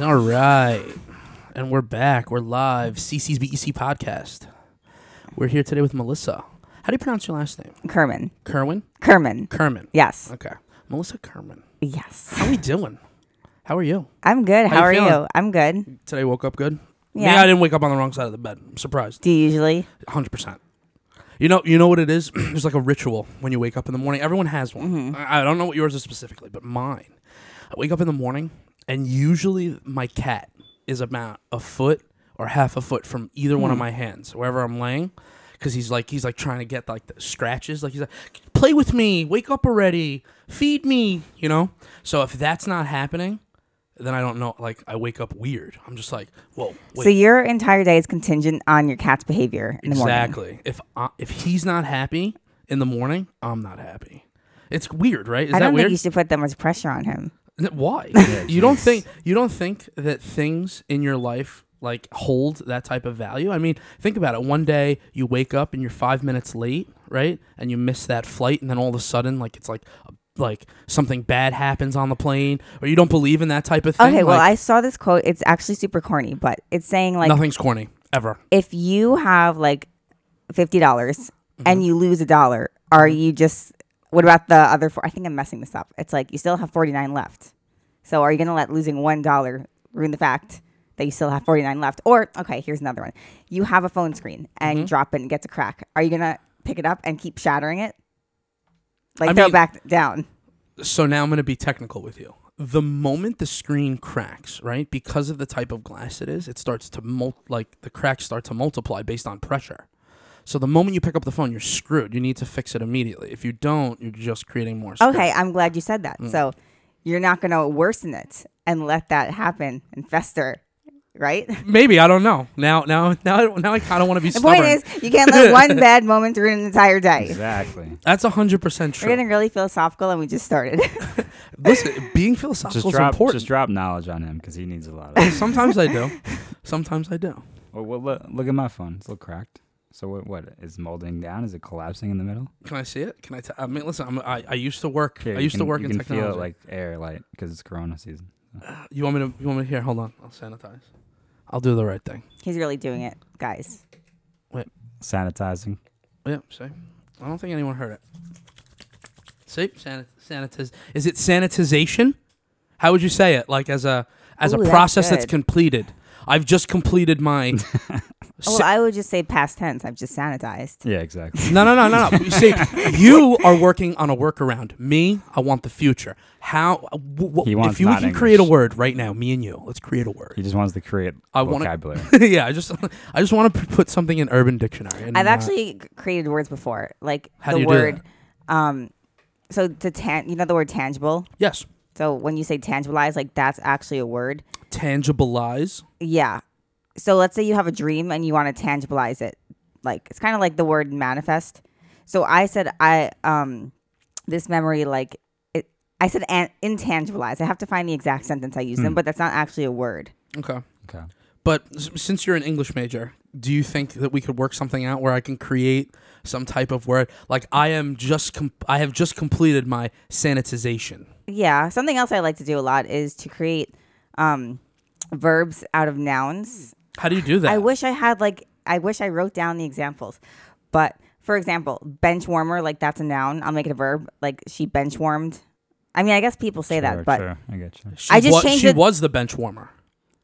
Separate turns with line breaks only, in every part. All right. And we're back. We're live. CC's BEC E podcast. We're here today with Melissa. How do you pronounce your last name?
Kerman.
Kerwin?
Kerman.
Kerman.
Yes.
Okay. Melissa Kerman.
Yes.
How we doing? How are you?
I'm good.
How
How,
you
are
feeling?
you? I'm good.
Today woke up good?
Yeah.
Yeah. I didn't wake up on the wrong side of the bed. I'm surprised.
Do you usually?
100%. You know, you know what it is? There's like a ritual when you wake up in the morning. Everyone has one. I, I don't know what yours is specifically, but mine. I wake up in the morning, and usually my cat is about a foot or half a foot from either one of my hands, wherever I'm laying, because he's like he's like trying to get like the scratches. Like he's like, play with me, wake up already, feed me, you know. So if that's not happening, then I don't know. Like I wake up weird. I'm just like, whoa, wait.
So your entire day is contingent on your cat's behavior in the morning.
Exactly. If I, if he's not happy in the morning, I'm not happy. It's weird, right? Is
I
that
don't
weird?
think you should put that much pressure on him.
N- Why? you don't think you don't think that things in your life like hold that type of value? I mean, think about it. One day you wake up and you're 5 minutes late, right? And you miss that flight and then all of a sudden like it's like like something bad happens on the plane or you don't believe in that type of thing.
Okay, well,
like,
I saw this quote. It's actually super corny, but it's saying like
nothing's corny ever.
if you have like fifty dollars
Mm-hmm.
and you lose a dollar, are you just what about the other four? I think I'm messing this up. It's like you still have forty nine left. So are you gonna let losing one dollar ruin the fact that you still have forty nine left? Or okay, here's another one. You have a phone screen
Mm-hmm.
and you drop it and it gets a crack. Are you gonna pick it up and keep shattering it? Like
I
throw
mean-
it back down.
so now I'm going to be technical with you. The moment the screen cracks, right, because of the type of glass it is, it starts to mul- like the cracks start to multiply based on pressure. So the moment you pick up the phone, you're screwed. You need to fix it immediately. If you don't, you're just creating more. screws.
Okay, I'm glad you said that.
Mm.
So you're not gonna worsen it and let that happen and fester, right?
Maybe I don't know. Now, now, now, now I kind of want to be
The
stubborn.
point is, you can't let one bad moment ruin an entire day.
Exactly.
That's hundred percent
We're
true.
getting really philosophical, and we just started.
Listen, being philosophical
Just
is
drop,
important.
just drop knowledge on him because he needs a lot of. it.
Sometimes I do. Sometimes I do.
well, well, look, look at my phone; it's a little cracked. So what? What is molding down? Is it collapsing in the middle?
Can I see it? Can I? T- I mean, listen. I'm, I I used to work.
Here,
I
you
used to
can-
work
you
in
can
technology.
Feel it like air, like because it's Corona season.
You want me to? You want me to? Here, hold on. I'll sanitize. I'll do the right thing.
He's really doing it, guys.
Sanitizing.
Yep. See, I don't think anyone heard it. See, sanit- sanitiz. Is it sanitization? How would you say it? Like as a as
Ooh,
a
that's
process that's
good.
completed. I've just completed my.
Oh,
sa-
I would just say past tense. I've just sanitized.
Yeah, exactly.
no, no, no, no, no. You see, you are working on a workaround. Me, I want the future. How? W- w-
He
if
wants
you we
not
can create a
English.
word right now, me and you, let's create a word.
he just wants to create
I wanna-
vocabulary.
yeah, I just, I just want to put something in Urban Dictionary. and uh,
I've
not-
actually c- created words before, like
How
the
do you do
word. um, so to tan, you know the word tangible.
yes,
So when you say tangibilize, like that's actually a word.
tangible lies.
Yeah. So let's say you have a dream and you want to tangibilize it. Like it's kind of like the word manifest. So I said I um this memory like it I said an- intangibilize. I have to find the exact sentence I used them, but that's not actually a word.
Okay.
okay.
But s- since you're an English major, do you think that we could work something out where I can create some type of word like I am just com- I have just completed my sanitization.
Yeah, something else I like to do a lot is to create um verbs out of nouns.
How do you do that?
I wish I had like I wish I wrote down the examples. But for example, bench warmer, like that's a noun. I'll make it a verb. Like she bench warmed. I mean, I guess people say
Sure,
that, but
sure. I get you.
she
I just
wa-
changed
she
it-
was the bench warmer.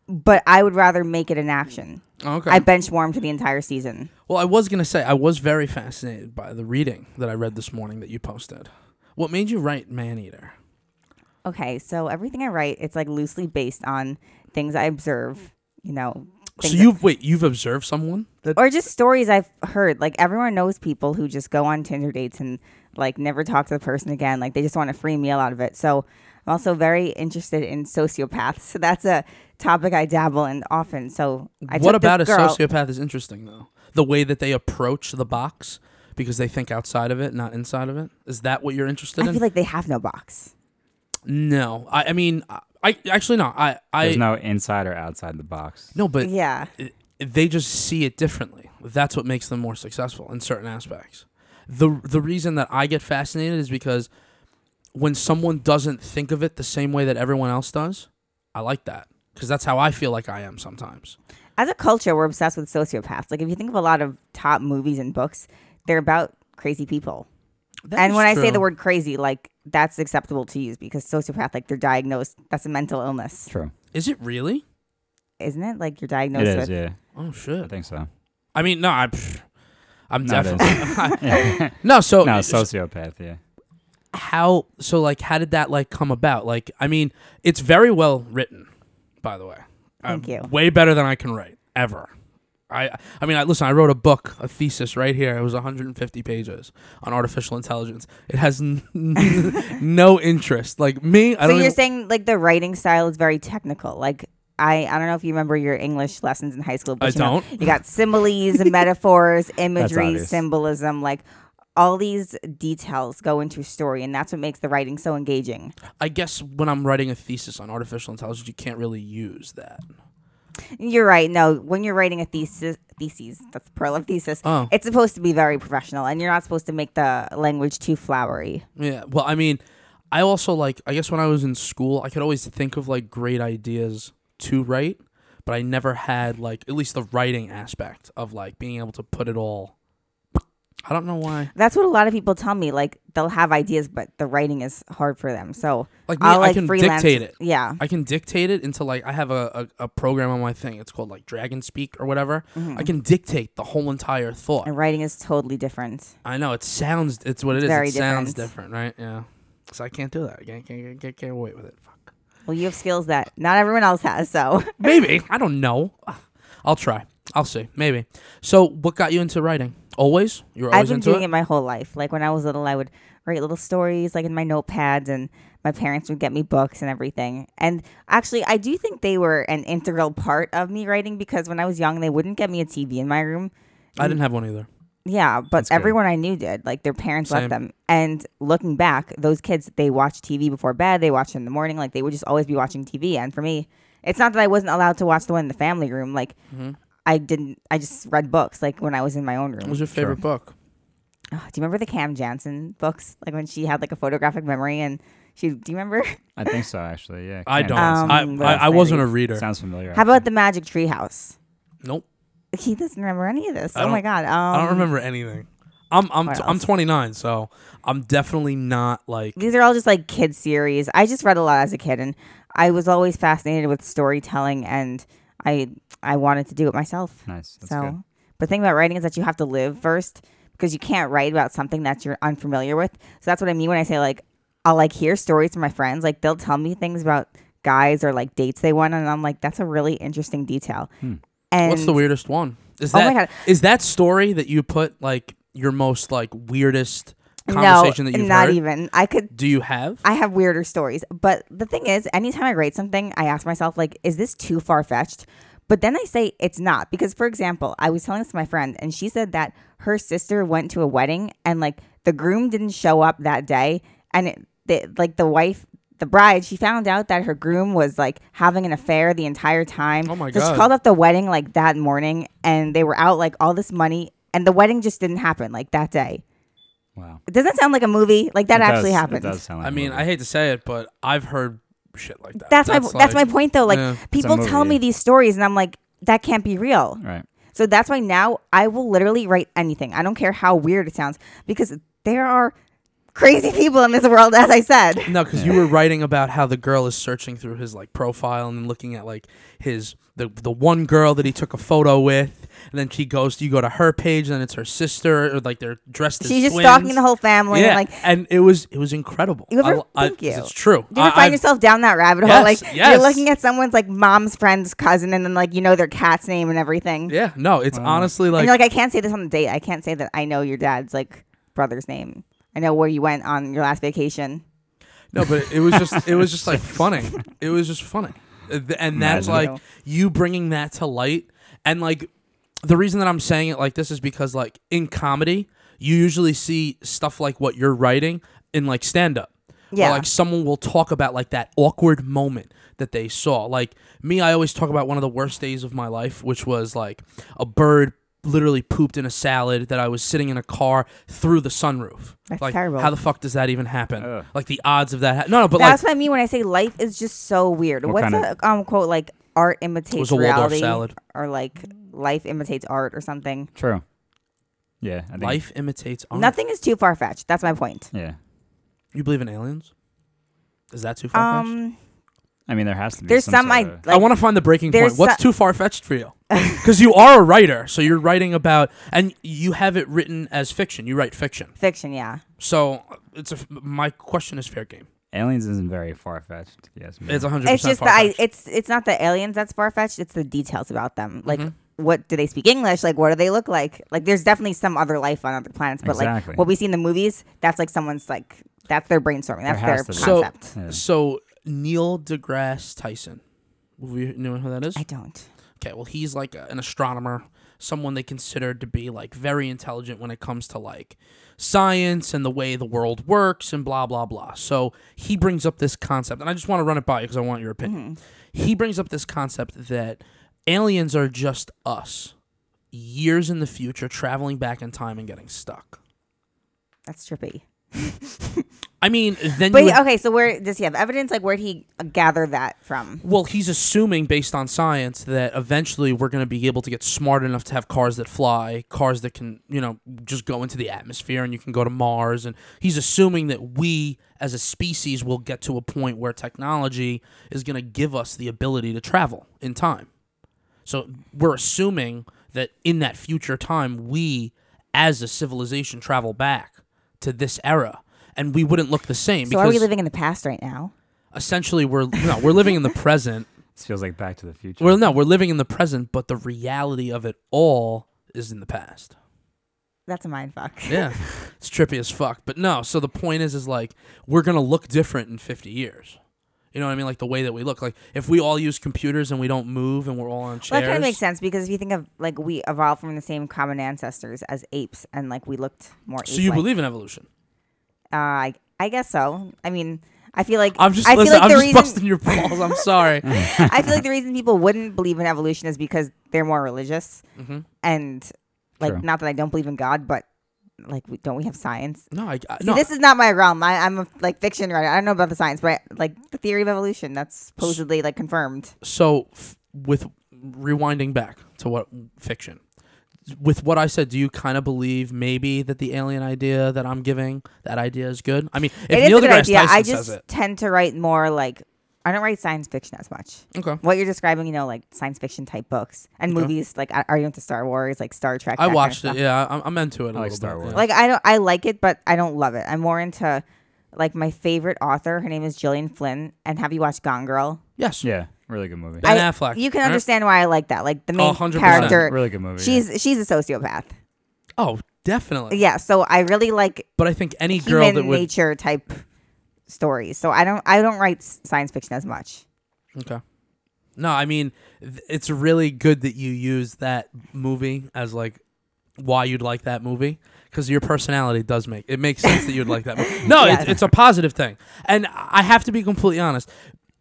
but I would rather make it an action.
Oh, okay.
I bench warmed for the entire season.
well, I was gonna say I was very fascinated by the reading that I read this morning that you posted. What made you write man eater?
Okay, so everything I write, it's like loosely based on things I observe, you know.
So
things-
you've wait you've observed someone that
or just stories I've heard. Like everyone knows people who just go on Tinder dates and like never talk to the person again. Like they just want a free meal out of it. So I'm also very interested in sociopaths. So that's a topic I dabble in often. So I
what
took this
about a
girl-
sociopath is interesting though? The way that they approach the box because they think outside of it, not inside of it. Is that what you're interested
I
in?
feel like they have no box.
No, I, I mean, I, I actually no, I, I
There's no inside or outside the box.
no, but
Yeah.
i- they just see it differently. That's what makes them more successful in certain aspects. the The reason that I get fascinated is because when someone doesn't think of it the same way that everyone else does, I like that. because that's how I feel like I am sometimes.
As a culture, we're obsessed with sociopaths. Like if you think of a lot of top movies and books, they're about crazy people.
That
and
is
when I say
true.
the word crazy, like that's acceptable to use because sociopath, like they're diagnosed. That's a mental illness,
True.
is it really?
isn't it? Like you're diagnosed
It is,
with.
yeah.
Oh
I
shit!
think so.
I mean, no, I, pff, I'm
No, it is.
definitely
Yeah.
no. So
no,
Oh, it's-
sociopath, yeah.
how? So like, how did that like come about? Like, I mean, it's very well written, by the way. Um,
Thank you.
Way better than I can write ever. I, I mean, I, listen. I wrote a book, a thesis, right here. It was 150 pages on artificial intelligence. It has n- no interest. Like me, I
So
don't.
you're
even-
saying like the writing style is very technical. Like I, I don't know if you remember your English lessons in high school. But
I
you know,
don't.
you got similes, metaphors, imagery,
obvious.
symbolism, like. All these details go into a story, and that's what makes the writing so engaging.
I guess when I'm writing a thesis on artificial intelligence, you can't really use that.
You're right. No, when you're writing a thesis, theses, that's the pearl of thesis.
Oh.
It's supposed to be very professional, and you're not supposed to make the language too flowery.
Yeah. Well, I mean, I also like. I guess when I was in school, I could always think of like great ideas to write, but I never had like at least the writing aspect of like being able to put it all. I don't know why.
That's what a lot of people tell me. Like they'll have ideas, but the writing is hard for them. So
Like me,
I'll like
I can
freelance.
dictate it.
Yeah.
I can dictate it into like I have a, a, a program on my thing. It's called like Dragon Speak or whatever.
Mm-hmm.
I can dictate the whole entire thought.
And writing is totally different.
I know it sounds. It's what it is.
It's very
it sounds different,
different.
right? Yeah. So I can't do that. I can't can't, can't, can't wait with it. Fuck.
Well, you have skills that not everyone else has. So
Maybe I don't know. I'll try. I'll see. Maybe. So what got you into writing? Always. You were
I've
always
been
into
doing it?
it.
my whole life. Like when I was little, I would write little stories like in my notepads, and my parents would get me books and everything. And actually, I do think they were an integral part of me writing because when I was young, they wouldn't get me a TV in my room.
I didn't have one either.
Yeah, but
That's good.
everyone I knew did. Like their parents
Same.
let them. And looking back, those kids they watch TV before bed. They watch it in the morning. Like they would just always be watching TV. And for me, it's not that I wasn't allowed to watch the one in the family room. Like I didn't. I just read books. Like when I was in my own
What
room.
was your favorite book?
Oh, do you remember the Cam Jansen books? Like when she had like a photographic memory and she. Do you remember?
I think so, actually. Yeah.
I
Can't
don't.
tell.
Um,
I, I I wasn't a reader.
Sounds familiar.
How about the Magic Tree House?
Nope.
He doesn't remember any of this.
I
oh my
don't-
god. Um,
I don't remember anything. I'm I'm
what
t- I'm
else?
29, so I'm definitely not like
these are all just like kid series. I just read a lot as a kid, and I was always fascinated with storytelling, and I I wanted to do it myself.
Nice. That's
so,
good.
but the thing about writing is that you have to live first because you can't write about something that you're unfamiliar with. So that's what I mean when I say like I'll like hear stories from my friends, like they'll tell me things about guys or like dates they went, on, and I'm like, that's a really interesting detail. And
Hmm. What's the weirdest one? Is
Oh
that
my
is
God.
that story that you put like your most like weirdest conversation
no,
that you've
not
heard?
even. I could
Do you have?
I have weirder stories. But the thing is, anytime I write something, I ask myself, like, is this too far fetched? But then I say it's not. Because, for example, I was telling this to my friend, and she said that her sister went to a wedding and, like, the groom didn't show up that day. And, it, the, like, the wife, the bride, she found out that her groom was, like, having an affair the entire time.
Oh my
So
God.
she called up the wedding, like, that morning, and they were out, like, all this money. And the wedding just didn't happen, like, that day.
Wow.
Doesn't that sound like a movie? Like, that
It
actually
does-
happened.
It does sound like
I
a
mean,
movie.
I hate to say it, but I've heard shit like that.
that's, my that's my
like-
point though. Like
Yeah. It's
a
people
movie,
tell me
yeah.
these stories, and I'm like, that can't be real.
Right.
So that's why now I will literally write anything. I don't care how weird it sounds because there are crazy people in this world, as I said.
No, because you were writing about how the girl is searching through his like profile and looking at like his the the one girl that he took a photo with, and then she goes. You go to her page, and then it's her sister, or like they're dressed as
She's just
twins.
stalking the whole family.
Yeah,
And like,
and it was it was incredible.
You ever-
I, I,
thank you.
It's true.
do you ever
I-
find
I've-
yourself down that rabbit hole?
Yes,
Like
yes.
you're looking at someone's like mom's friend's cousin, and then like you know their cat's name and everything.
Yeah, no, it's honestly
and
like
you're like, I can't say this on the date. I can't say that I know your dad's like brother's name. I know where you went on your last vacation.
No, but it was just it was just like funny. It was just funny, Uh, th- and that's
Imagine.
like you bringing that to light. And like the reason that I'm saying it like this is because like in comedy, you usually see stuff like what you're writing in like stand up.
Yeah.
like someone will talk about like that awkward moment that they saw. Like me, I always talk about one of the worst days of my life, which was like a bird literally pooped in a salad that I was sitting in a car through the sunroof.
That's
like
terrible.
how the fuck does that even happen?
Ugh.
Like the odds of that. Ha- no, no, but
That's
like
what I mean when I say life is just so weird.
What
What's
kind
that um quote like? art imitates
a Waldorf
reality,
salad.
or like life imitates art, or something.
True. Yeah. I think,
Life imitates art.
Nothing is too far fetched. That's my point.
Yeah.
You believe in aliens? Is that too far fetched?
Um,
I mean, there has to be.
there's some,
some
I
sort of-
I
like.
want to find the breaking point.
there's
What's
so-
too far fetched for you? Because you are a writer, so you're writing about, and you have it written as fiction. You write fiction,
Fiction, yeah.
so it's a. My question is fair game.
aliens isn't very far fetched. Yes.
It's 100.
It's just that I, it's it's not the aliens that's far fetched. It's the details about them. Like,
Mm-hmm.
what do they speak English? Like, what do they look like? Like, there's definitely some other life on other planets, but
Exactly.
like what we see in the movies, that's like someone's like that's their brainstorming. That's their
has to be.
so.
concept.
Yeah.
So Neil deGrasse Tyson. We know who that is.
I don't.
Okay, well, he's like a- an astronomer, someone they consider to be like very intelligent when it comes to like science and the way the world works and blah blah blah. So he brings up this concept, and I just want to run it by you because I want your opinion. He brings up this concept that aliens are just us, years in the future, traveling back in time and getting stuck.
That's trippy.
I mean, then
But
you
he,
would-
okay, so where does he have evidence? Like, where'd he gather that from?
Well, he's assuming based on science that eventually we're going to be able to get smart enough to have cars that fly, cars that can, you know, just go into the atmosphere and you can go to Mars. And he's assuming that we as a species will get to a point where technology is going to give us the ability to travel in time. So we're assuming that in that future time, we as a civilization travel back to this era. And we wouldn't look the same
So are we
because
living in the past right now?
essentially we're no we're living in the present
This feels like Back to the Future.
well, no, we're living in the present, but the reality of it all is in the past.
That's a mind fuck.
Yeah, it's trippy as fuck. But no, so the point is, is like we're gonna look different in fifty years. You know what I mean? Like the way that we look. Like if we all use computers and we don't move and we're all on
Well,
chairs.
that kind of makes sense because if you think of like we evolved from the same common ancestors as apes, and like we looked more.
So you
ape-like.
believe in evolution?
Uh, I, I guess so. I mean, I feel like
I'm just
I feel
listen,
like
I'm
the
just
reason
busting your balls. I'm sorry.
I feel like the reason people wouldn't believe in evolution is because they're more religious,
Mm-hmm.
and like
True.
not that I don't believe in God, but like we, don't we have science?
No, I, I
See,
no.
this is not my realm. I, I'm a like fiction writer. I don't know about the science, but like the theory of evolution that's supposedly like confirmed.
so f- with rewinding back to what fiction with what i said do you kind of believe maybe that the alien idea that i'm giving that idea is good i mean if
It is
neil
a good
deGrasse
idea.
tyson
I
says
just
it
tend to write more like I don't write science fiction as much.
okay
What you're describing, you know, like science fiction type books and movies. Like, are you into Star Wars? Like Star Trek.
i
that kind of
watched
stuff.
it yeah i'm, I'm into it a
I like
little
Star
bit
Wars.
yeah.
Like I don't I like it, but I don't love it. I'm more into like my favorite author. Her name is Gillian Flynn. And have you watched Gone Girl?
yes
Yeah. Really good movie.
ben
I-
affleck
You can
right?
understand why I like that. Like the
Oh,
main
100%.
character.
Really good movie. yeah.
She's she's a sociopath.
oh definitely
Yeah, so I really like
but i think any girl
human
that would
nature type stories. So I don't I don't write s- science fiction as much.
okay no i mean th- it's really good that you use that movie as like why you'd like that movie because your personality does make it makes sense that you'd like that movie. No,
Yes.
it's, it's a positive thing, and I have to be completely honest.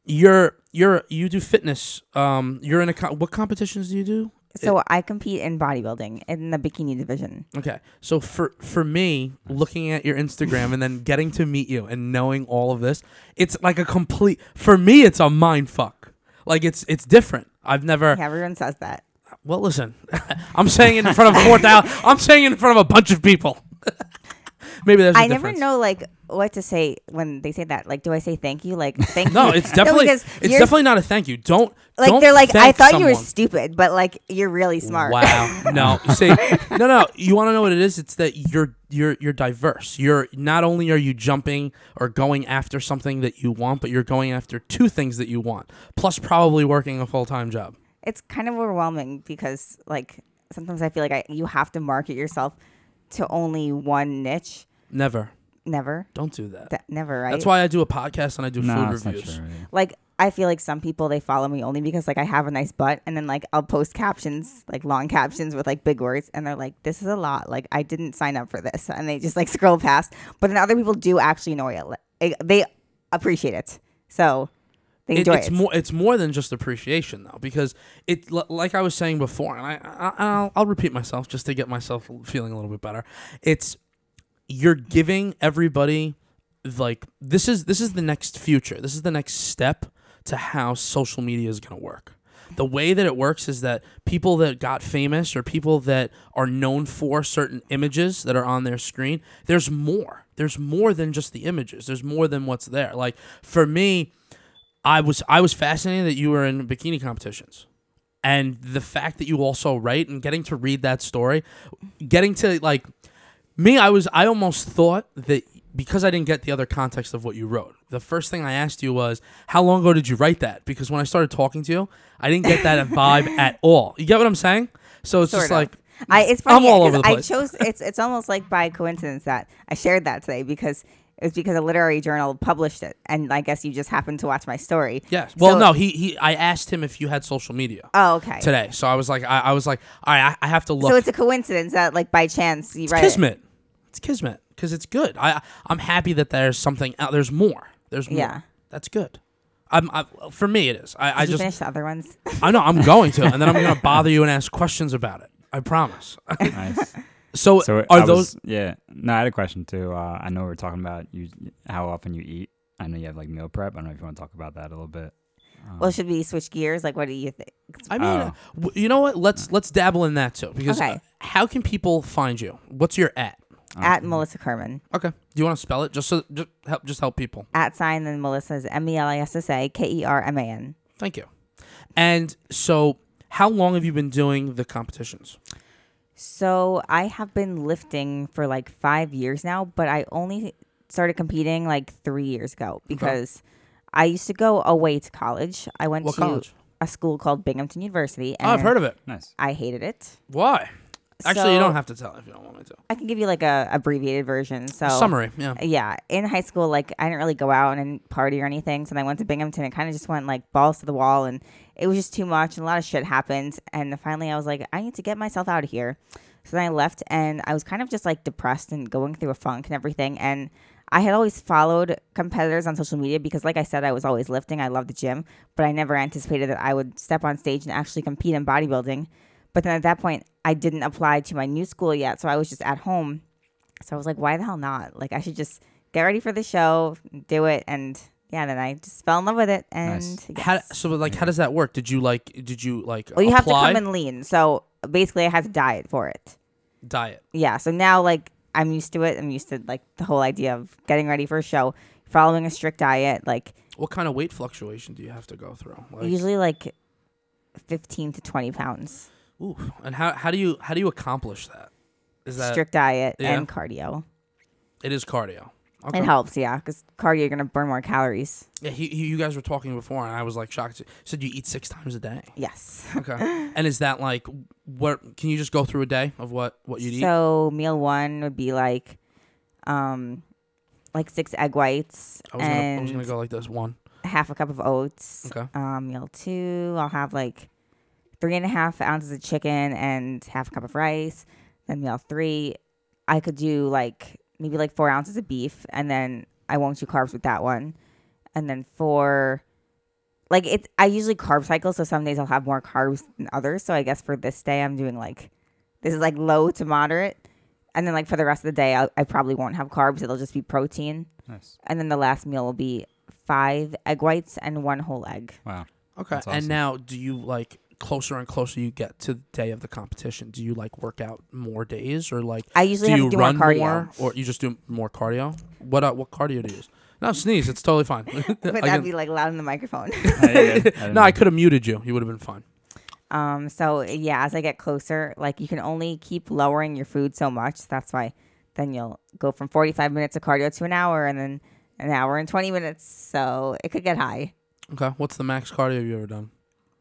You're you're you do fitness. Um, you're in a co- what competitions do you do?
So I compete in bodybuilding in the bikini division.
Okay, so for for me, looking at your Instagram and then getting to meet you and knowing all of this, it's like a complete. For me, it's a mind fuck. Like it's it's different. I've never.
Yeah, everyone says that.
Well, listen, I'm saying it in front of four thousand. I'm saying it in front of a bunch of people. Maybe there's. a
I never
difference.
know like what to say when they say that. Like, do I say thank you? Like, thank
No,
you.
it's definitely
because
it's
you're-
definitely not a thank you. Don't
Like
don't
they're like, I
thank
thought you were
someone."
stupid, but like you're really smart.
Wow. No. You see, no, no. You want to know what it is? It's that you're you're you're diverse. You're not only are you jumping or going after something that you want, but you're going after two things that you want, plus probably working a full time job.
it's kind of overwhelming because like sometimes I feel like I you have to market yourself to only one niche.
Never.
Never,
Don't do that.
Th- never, right?
That's why I do a podcast and I do
No,
food
it's not
reviews.
true. yeah.
Like I feel like some people they follow me only because like I have a nice butt, and then like I'll post captions like long captions with like big words, and they're like, "This is a lot." Like I didn't sign up for this, and they just like scroll past. But then other people do actually know it. Like, They appreciate it, so they
It-
enjoy
it's
it.
more it's more than just appreciation though because it li- like I was saying before and I, I I'll, I'll repeat myself just to get myself feeling a little bit better it's you're giving everybody like this is this is the next future this is the next step to how social media is going to work the way that it works is that people that got famous or people that are known for certain images that are on their screen, there's more. There's more than just the images. There's more than what's there. Like for me, I was I was fascinated that you were in bikini competitions. And the fact that you also write and getting to read that story, getting to like me, I was I almost thought that because I didn't get the other context of what you wrote. The first thing I asked you was, "How long ago did you write that?" Because when I started talking to you, I didn't get that vibe at all. You get what I'm saying? So it's
Sort
just
of.
like
I, it's
I'm
funny
all
'cause
over the
I
place.
chose it's it's almost like by coincidence that I shared that today because it was because a literary journal published it, and I guess you just happened to watch my story.
yes. Well,
So-
no, he he. I asked him if you had social media
Oh, okay.
today, so I was like, I, I was like, all right, I, I have to look.
So it's a coincidence that like by chance you write it.
kismet. It's kismet because it's good. I I'm happy that there's something out. There's more. There's more.
Yeah.
That's good. I'm, I, for me, it is. I, I
Did you
just
finish the other ones?
I know I'm going to, and then I'm going to bother you and ask questions about it. I promise.
nice.
So,
So
are
I
those?
was- yeah. No, I had a question too. Uh, I know we were talking about you how often you eat. I know you have like meal prep. I don't know if you want to talk about that a little bit.
Oh.
Um,
well, should we switch gears? Like, what do you think?
I mean, uh,
Oh.
w- you know what? Let's let's dabble in that too, because
Okay.
uh, how can people find you? What's your at?
At Melissa Kerman.
Okay. Do you want to spell it? Just so just help just help people.
At sign then Melissa's M E L I S S A K E R M A N.
Thank you. And so, how long have you been doing the competitions?
So I have been lifting for like five years now, but I only started competing like three years ago because I used to go away to college. I went
What
to
college?
a school called Binghamton University. And
Oh, I've heard of it.
nice.
I hated it.
Why? Actually, you
So-
don't have to tell if you don't want me to.
I can give you like a abbreviated version. So
Summary. Yeah.
yeah in high school like i didn't really go out and party or anything so then i went to binghamton and kind of just went like balls to the wall and it was just too much and a lot of shit happened and finally i was like i need to get myself out of here so then i left and i was kind of just like depressed and going through a funk and everything and i had always followed competitors on social media because like i said i was always lifting i loved the gym but i never anticipated that i would step on stage and actually compete in bodybuilding but then at that point i didn't apply to my new school yet so i was just at home so I was like, why the hell not? Like, I should just get ready for the show, do it. And yeah, then I just fell in love with it. And
Nice.
yes.
How, so like how does that work? Did you like did you like
well, you have to
apply
come and lean. So basically, I had to diet for it.
diet?
Yeah. So now, like, I'm used to it. I'm used to, like, the whole idea of getting ready for a show, following a strict diet, like,
What kind of weight fluctuation do you have to go through? Like,
usually, like, 15 to 20 pounds,
ooh, and how, how do you how do you accomplish that? Is that
strict diet
yeah.
and cardio.
it is cardio? Okay.
It helps, yeah, because cardio, you're going to burn more calories.
Yeah, he, he, you guys were talking before, and I was like shocked. You said you eat six times a day.
Yes.
Okay, and is that like what? Can you just go through a day of what what you would eat?
So meal one would be like, um, like six egg whites
I was, gonna, I
and
was gonna go like this one.
half a cup of oats.
Okay.
Um, meal two, I'll have like three and a half ounces of chicken and half a cup of rice. Then meal three, I could do like maybe like four ounces of beef, and then I won't do carbs with that one. And then four, like it, I usually carb cycle, so some days I'll have more carbs than others. So I guess for this day, I'm doing like this is like low to moderate. And then like for the rest of the day, I, I probably won't have carbs. It'll just be protein.
Nice.
And then the last meal will be five egg whites and one whole egg.
Wow.
Okay,
That's
and
awesome.
now do you like closer and closer you get to the day of the competition? Do you like work out more days or like
I usually
do
have
you
to do
run
more cardio.
or you just do more cardio? What uh, what cardio do you use? No, sneeze. It's totally fine.
But
I
that'd
can-
be like loud in the microphone.
no, I could have muted you. You would have been fine.
um, so yeah, as I get closer, like you can only keep lowering your food so much. That's why then you'll go from 45 minutes of cardio to an hour and then an hour and 20 minutes. So it could get high,
Okay, what's the max cardio you ever done?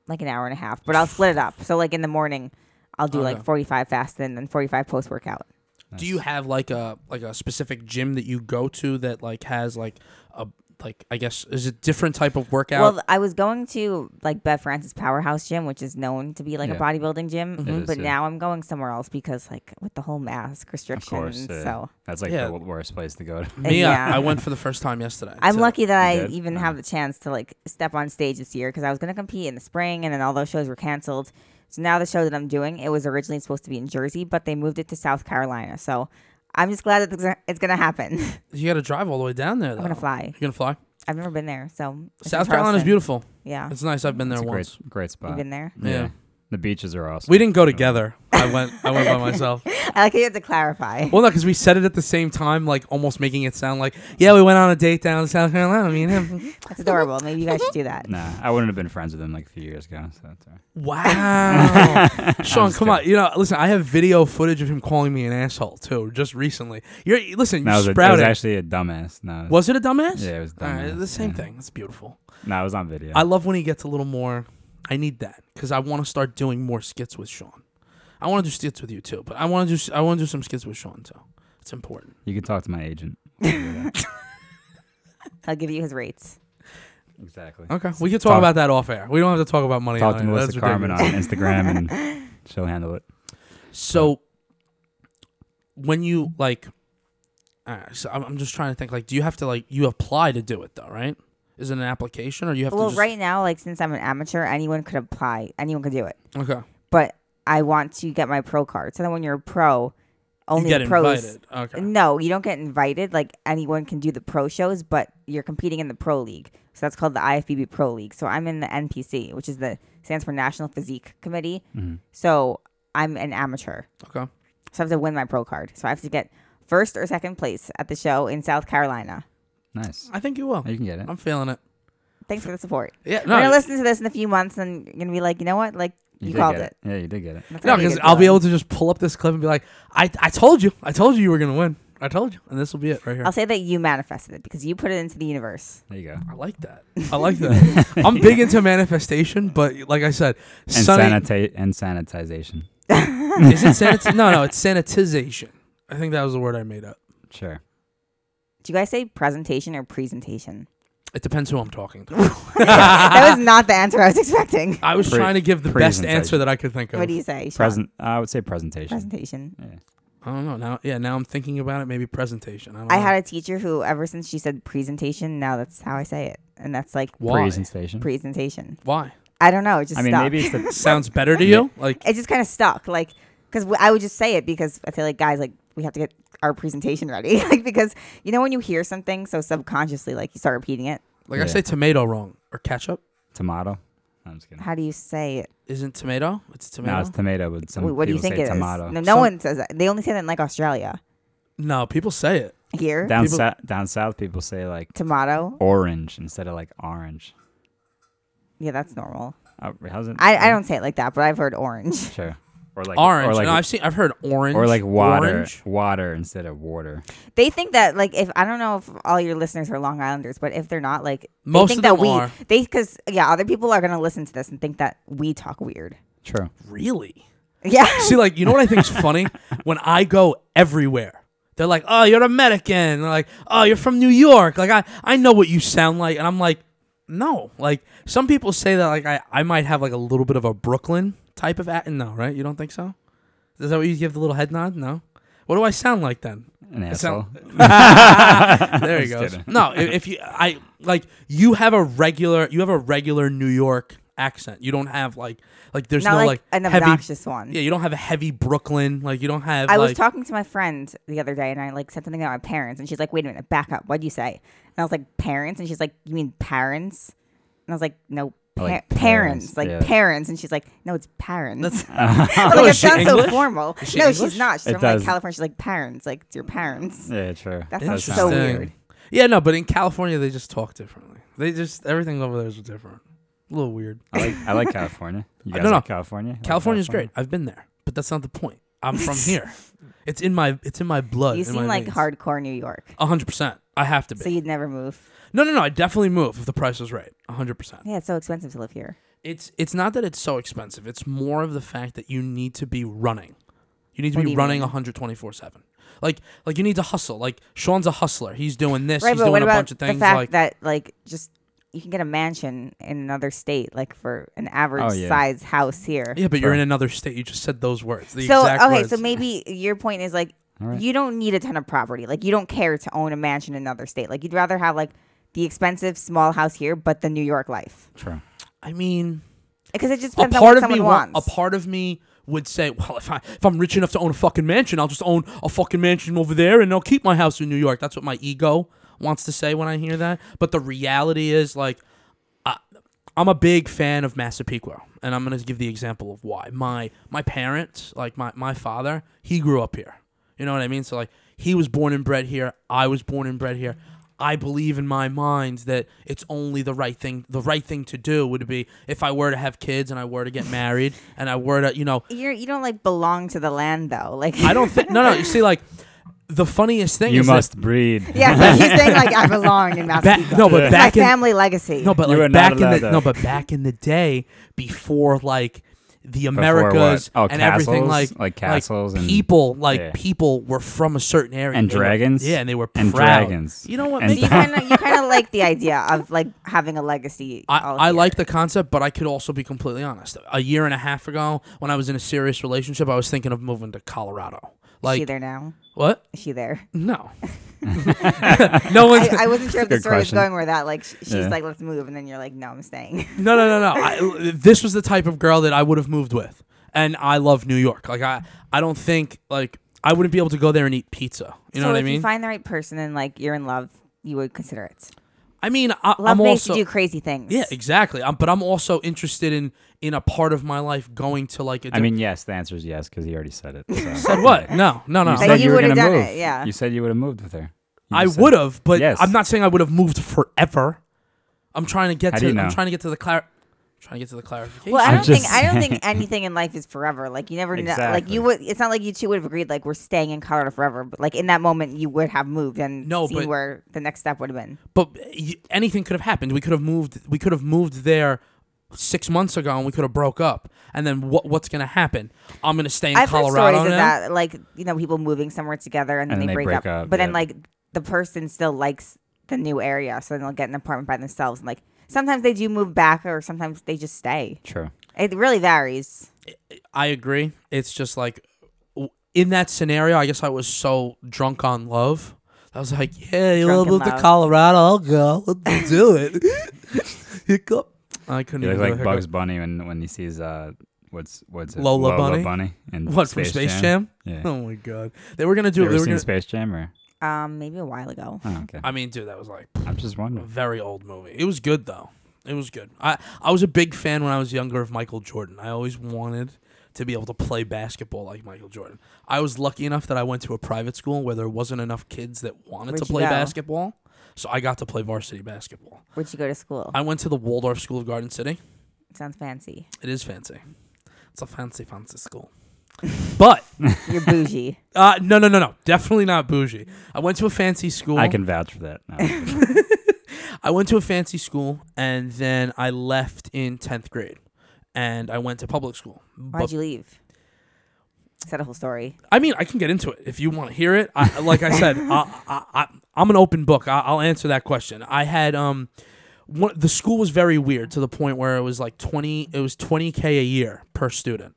like an hour and a half, but I'll split it up. So like in the morning, I'll do
Okay.
like 45 fast and then 45 post workout.
Do you have like a like a specific gym that you go to that like has like a like I guess is it different type of workout?
Well, th- I was going to like Beth Francis Powerhouse Gym, which is known to be like a
Yeah.
bodybuilding gym,
It is,
but
yeah.
now I'm going somewhere else because like with the whole mask
Of
restriction.
course. yeah.
So
that's like
Yeah.
the worst place to go to.
Me,
uh, yeah.
I, I went for the first time yesterday.
I'm
to-
lucky that I
did?
even
Oh.
have the chance to like step on stage this year because I was going to compete in the spring and then all those shows were canceled. So now the show that I'm doing, it was originally supposed to be in Jersey, but they moved it to South Carolina. So I'm just glad that it's gonna- it's going to happen.
You got to drive all the way down there. Though.
I'm going to fly.
You're gonna fly.
I've never been there, so it's in
South Carolina is
Charleston.
beautiful.
Yeah,
It's nice. I've been there
It's a
once.
great, great
you've
spot.
been there.
Yeah.
The beaches are awesome.
We didn't go together. I went. I went by myself.
I like how you had to clarify.
Well, no, because we said it at the same time, like almost making it sound like, yeah, we went on a date down in South Carolina. Me and him.
That's adorable. Maybe you guys should do that.
Nah, I wouldn't have been friends with them like a few years ago. So that's all right.
Wow, Sean, come on. You know, listen. I have video footage of him calling me an asshole too, just recently. You're listen.
No, it
You
was, a, it was
sprouted.
actually a dumbass. No, it was,
Was it a dumbass?
Yeah, it was
All right,
dumbass,
the same
yeah.
thing. It's beautiful.
no, it was on video.
I love when he gets a little more. I need that because I want to start doing more skits with Sean. I want to do skits with you too, but I want to do I want to do some skits with Sean too. It's important.
you can talk to my agent.
I'll give you his rates.
exactly.
Okay, we can talk
Talk-
about that off air. We don't have to talk about money.
Talk
on
to
it.
Melissa
That's
Carmen
ridiculous.
on Instagram and she'll handle it.
So when you like, all right, so I'm, I'm just trying to think. Like, do you have to like you apply to do it though, right? Is it an application or you have
Well,
to? Just,
right now, like since I'm an amateur, anyone could apply. Anyone could do it.
Okay.
But I want to get my pro card. So then when you're a pro,
You
only
get
pros.
invited. Okay.
No, you don't get invited. Like anyone can do the pro shows, but you're competing in the pro league. So that's called the IFBB Pro League. So I'm in the NPC, which is the stands for National Physique Committee.
Mm-hmm.
So I'm an amateur.
Okay.
So I have to win my pro card. So I have to get first or second place at the show in South Carolina.
Nice.
I think you will.
Oh, you can get it.
I'm feeling it.
Thanks for the support.
Yeah.
We're
No.
gonna listen to this in a few months and you're gonna be like, you know what? Like you,
did
called
get
it.
Yeah, you did get it.
That's
No,
what I
because
needed
I'll
to
be
know.
able to just pull up this clip and be like, I, I told you. I told you you were going to win. I told you. And this will be it right here.
I'll say that you manifested it because you put it into the universe.
There you go.
I like that. I like that. I'm big into manifestation, but like I said,
And
Sunny,
sanita- and sanitization.
is it sanit- No, no, it's sanitization. I think that was the word I made up.
Sure.
Do you guys say presentation or presentation?
It depends who I'm talking to.
that was not the answer I was expecting.
I was
Pre-
trying to give the best
presentation.
answer that I could think of.
What do you say? Sean?
Present. I would say presentation.
presentation.
Yeah.
I don't know. Now, yeah, now I'm thinking about it. Maybe presentation. I don't
I
know.
had a teacher who, ever since she said presentation, now that's how I say it, and that's like
Why?
Presentation.
presentation.
Why?
I don't know. It just
I mean,
stuck.
maybe it's the.
Sounds better to you? Like,
it just kind of stuck. Like, because I would just say it because I say like, guys, like we have to get our presentation ready. like because you know when you hear something so subconsciously, like you start repeating it.
like I
Yeah.
say tomato wrong or ketchup.
tomato. I'm just kidding.
How do you say it?
Isn't tomato? It's tomato.
No, it's tomato, but some
Wh- what do you
people
think
say
it is?
tomato.
No, no
Some-
one says that. They only say that in like Australia.
no, people say it.
Here,
Down,
People-
sou- down south, people say like
tomato.
orange instead of like orange.
Yeah, that's normal.
Uh, how's it?
I, I don't say it like that, but I've heard orange.
Sure. Or like
orange.
Or like,
no, I've seen. I've heard orange.
or like water.
Orange.
Water instead of water.
They think that like if I don't know if all your listeners are Long Islanders, but if they're not, like they
Most
think
of
that
them
we
are.
they because yeah, other people are gonna listen to this and think that we talk weird.
True.
Really?
Yeah,
See, like, you know what I think is funny? when I go everywhere, they're like, "Oh, you're American." They're like, "Oh, you're from New York." Like, I I know what you sound like, and I'm like, no. Like, some people say that like I I might have like a little bit of a Brooklyn type of at. No, right? You don't think so? Is that what you give the little head nod? No. What do I sound like then?
An
It
asshole.
sound- there he goes.
kidding.
No, i- if you, I like you have a regular, you have a regular New York accent. You don't have like, like there's
not
no
like,
like
an
heavy-
obnoxious one.
Yeah, you don't have a heavy Brooklyn. Like you don't have.
I
like,
was talking to my friend the other day, and I like said something about my parents, and she's like, "Wait a minute, back up. What'd you say?" And I was like, "Parents," and she's like, "You mean parents?" And I was like, "No,
Oh,
pa-
like
parents,
parents,
like
yeah.
parents." And she's like, "No, it's parents."
Oh,
like it
is she
sounds so
English?
formal.
Is she
No,
English?
she's not. She's
It
from
does.
like California. She's like parents, like it's your parents.
yeah, true.
That
does
sounds
sound
so
like
weird.
it.
Yeah, no, but in California they just talk differently. They just everything over there is different. A little weird.
I like I like California. You
I
guys
don't
like
know.
California? Like
California's
California?
great. I've been there, but that's not the point. I'm from here. It's in my it's in my blood.
You
in my
seem like
veins.
hardcore New York,
hundred percent. I have to be.
so you'd never move.
no, no, no. I definitely move if the price was right. hundred percent.
Yeah, it's so expensive to live here.
It's it's not that it's so expensive. It's more of the fact that you need to be running. You need to
What do
be
you
running
mean?
124 seven. Like like you need to hustle. Like Sean's a hustler. He's doing this.
right,
he's
but
doing
what
a
about
bunch of things.
the fact
like
that like just you can get a mansion in another state, like for an average
Oh,
yeah.
size house here.
yeah, but you're
Bro.
in another state. You just said those words. The
so
exact
okay,
words.
so maybe your point is like
All right.
you don't need a ton of property. Like you don't care to own a mansion in another state. Like you'd rather have like the expensive small house here, but the New York life.
True.
I mean,
Because it just
a
depends on
part
what
of
someone
me wa-
wants.
a part of me would say, well, if I if I'm rich enough to own a fucking mansion, I'll just own a fucking mansion over there, and I'll keep my house in New York. That's what my ego wants to say when I hear that, but the reality is like I, I'm a big fan of Massapequa, and I'm gonna give the example of why. My my parents, like my my father, he grew up here. You know what I mean? So like he was born and bred here. I was born and bred here. I believe in my mind that it's only the right thing. The right thing to do would be if I were to have kids and I were to get married and I were to, you know,
You're, you don't like belong to the land though. Like
I don't think. No, no. You see, like the funniest thing
You
is that-
must breed.
yeah, but he's saying like I belong in Massapequa.
no, but
It's
back
my
in-
family legacy.
no, but
You are
like
not
back in
allowed
the
to-
no, but back in the day before like the
what?
Americas
Oh,
and everything
castles?
like
Like castles and-
people like
yeah.
people were from a certain area
And
They were-
dragons?
yeah, and they were proud.
And dragons.
You know what?
And
Maybe
you kind of you kind of like the idea of like having a legacy.
I,
all
I
here.
like the concept, but I could also be completely honest. A year and a half ago, when I was in a serious relationship, I was thinking of moving to Colorado.
Is she
Like
there now?
what?
Is she there?
No, no one's
I, I wasn't sure if the
Good
story
question.
was going where that like sh- she's
Yeah.
like let's move and then you're like no I'm staying.
No, no, no, no. I, this was the type of girl that I would have moved with, and I love New York. Like I, I don't think like I wouldn't be able to go there and eat pizza. You know
so
what
if
I mean?
you find the right person and like you're in love, you would consider it.
I mean, I, I'm
Love makes
also
you do crazy things.
yeah, exactly. I'm, but I'm also interested in in a part of my life going to like. A
I mean, yes. The answer is yes because he already said it. So.
said what? No, no, no.
You
That
said
you
you were
would've
gonna
done
move.
it, yeah.
You said you would have moved with her. You
I
just said-
would have, but
Yes.
I'm not saying I would have moved forever. I'm trying to get
How
to.
do you know?
I'm trying to get to the clar. Trying to get to the clarification.
Well, I
I'm
don't
just
think I don't think anything in life is forever. Like you never know. Like
Exactly.
you would. It's not like you two would have agreed like we're staying in Colorado forever. But like in that moment, you would have moved and
No,
seen
but-
where the next step would have been.
but uh, y- anything could have happened. We could have moved. We could have moved there six months ago, and we could have broke up. And then what? What's gonna happen? I'm gonna stay in
I've heard
Colorado
stories of
now.
that, like you know, people moving somewhere together and then they, break, up. but then
yeah.
like the person still likes the new area, so then they'll get an apartment by themselves. And like sometimes they do move back, or sometimes they just stay.
True.
It really varies.
I agree. It's just like w- in that scenario. I guess I was so drunk on love. I was like, yeah, you
Drunk
will
in
move to
love.
Colorado. I'll go. Let's do it. hiccup. I couldn't
You look
even do a
like
hiccup.
Bugs Bunny when when he sees uh what's what's it?
Lola Bunny?
and
What from Space Jam?
Yeah.
Oh my god, they were gonna do.
you
it. They
ever
were
seen
gonna,
Space Jam or?
Um, maybe a while ago.
Oh, okay.
I mean, dude, that was like
I'm just
a
wondering.
very old movie. It was good though. It was good. I I was a big fan when I was younger of Michael Jordan. I always wanted to be able to play basketball like Michael Jordan. I was lucky enough that I went to a private school where there wasn't enough kids that wanted
Where'd
to
you
play
go?
basketball, so I got to play varsity basketball.
Where'd you go to school?
I went to the Waldorf School of Garden City.
Sounds fancy.
It is fancy. It's a fancy fancy school. But
You're bougie.
uh, no no no no, definitely not bougie. I went to a fancy school.
I can vouch for that. No.
I went to a fancy school and then I left in 10th grade and I went to public school.
Why'd
But,
you leave? Said a whole story.
I mean, I can get into it if you want to hear it. I, like I said, I, I, I, I'm an open book. I, I'll answer that question. I had um, one, the school was very weird to the point where it was like 20, it was 20K a year per student.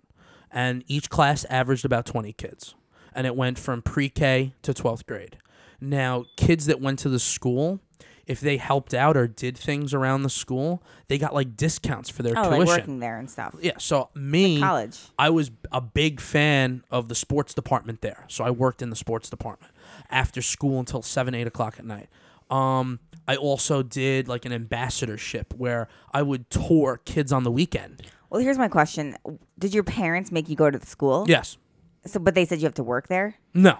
And each class averaged about 20 kids. And it went from pre K to 12th grade. Now, kids that went to the school, if they helped out or did things around the school, they got like discounts for their
Oh,
tuition.
like working there and stuff.
Yeah, so me,
College.
I was a big fan of the sports department there, so I worked in the sports department after school until seven, eight o'clock at night. Um, I also did like an ambassadorship where I would tour kids on the weekend.
Well, here's my question: Did your parents make you go to the school?
Yes,
So, but they said you have to work there.
no.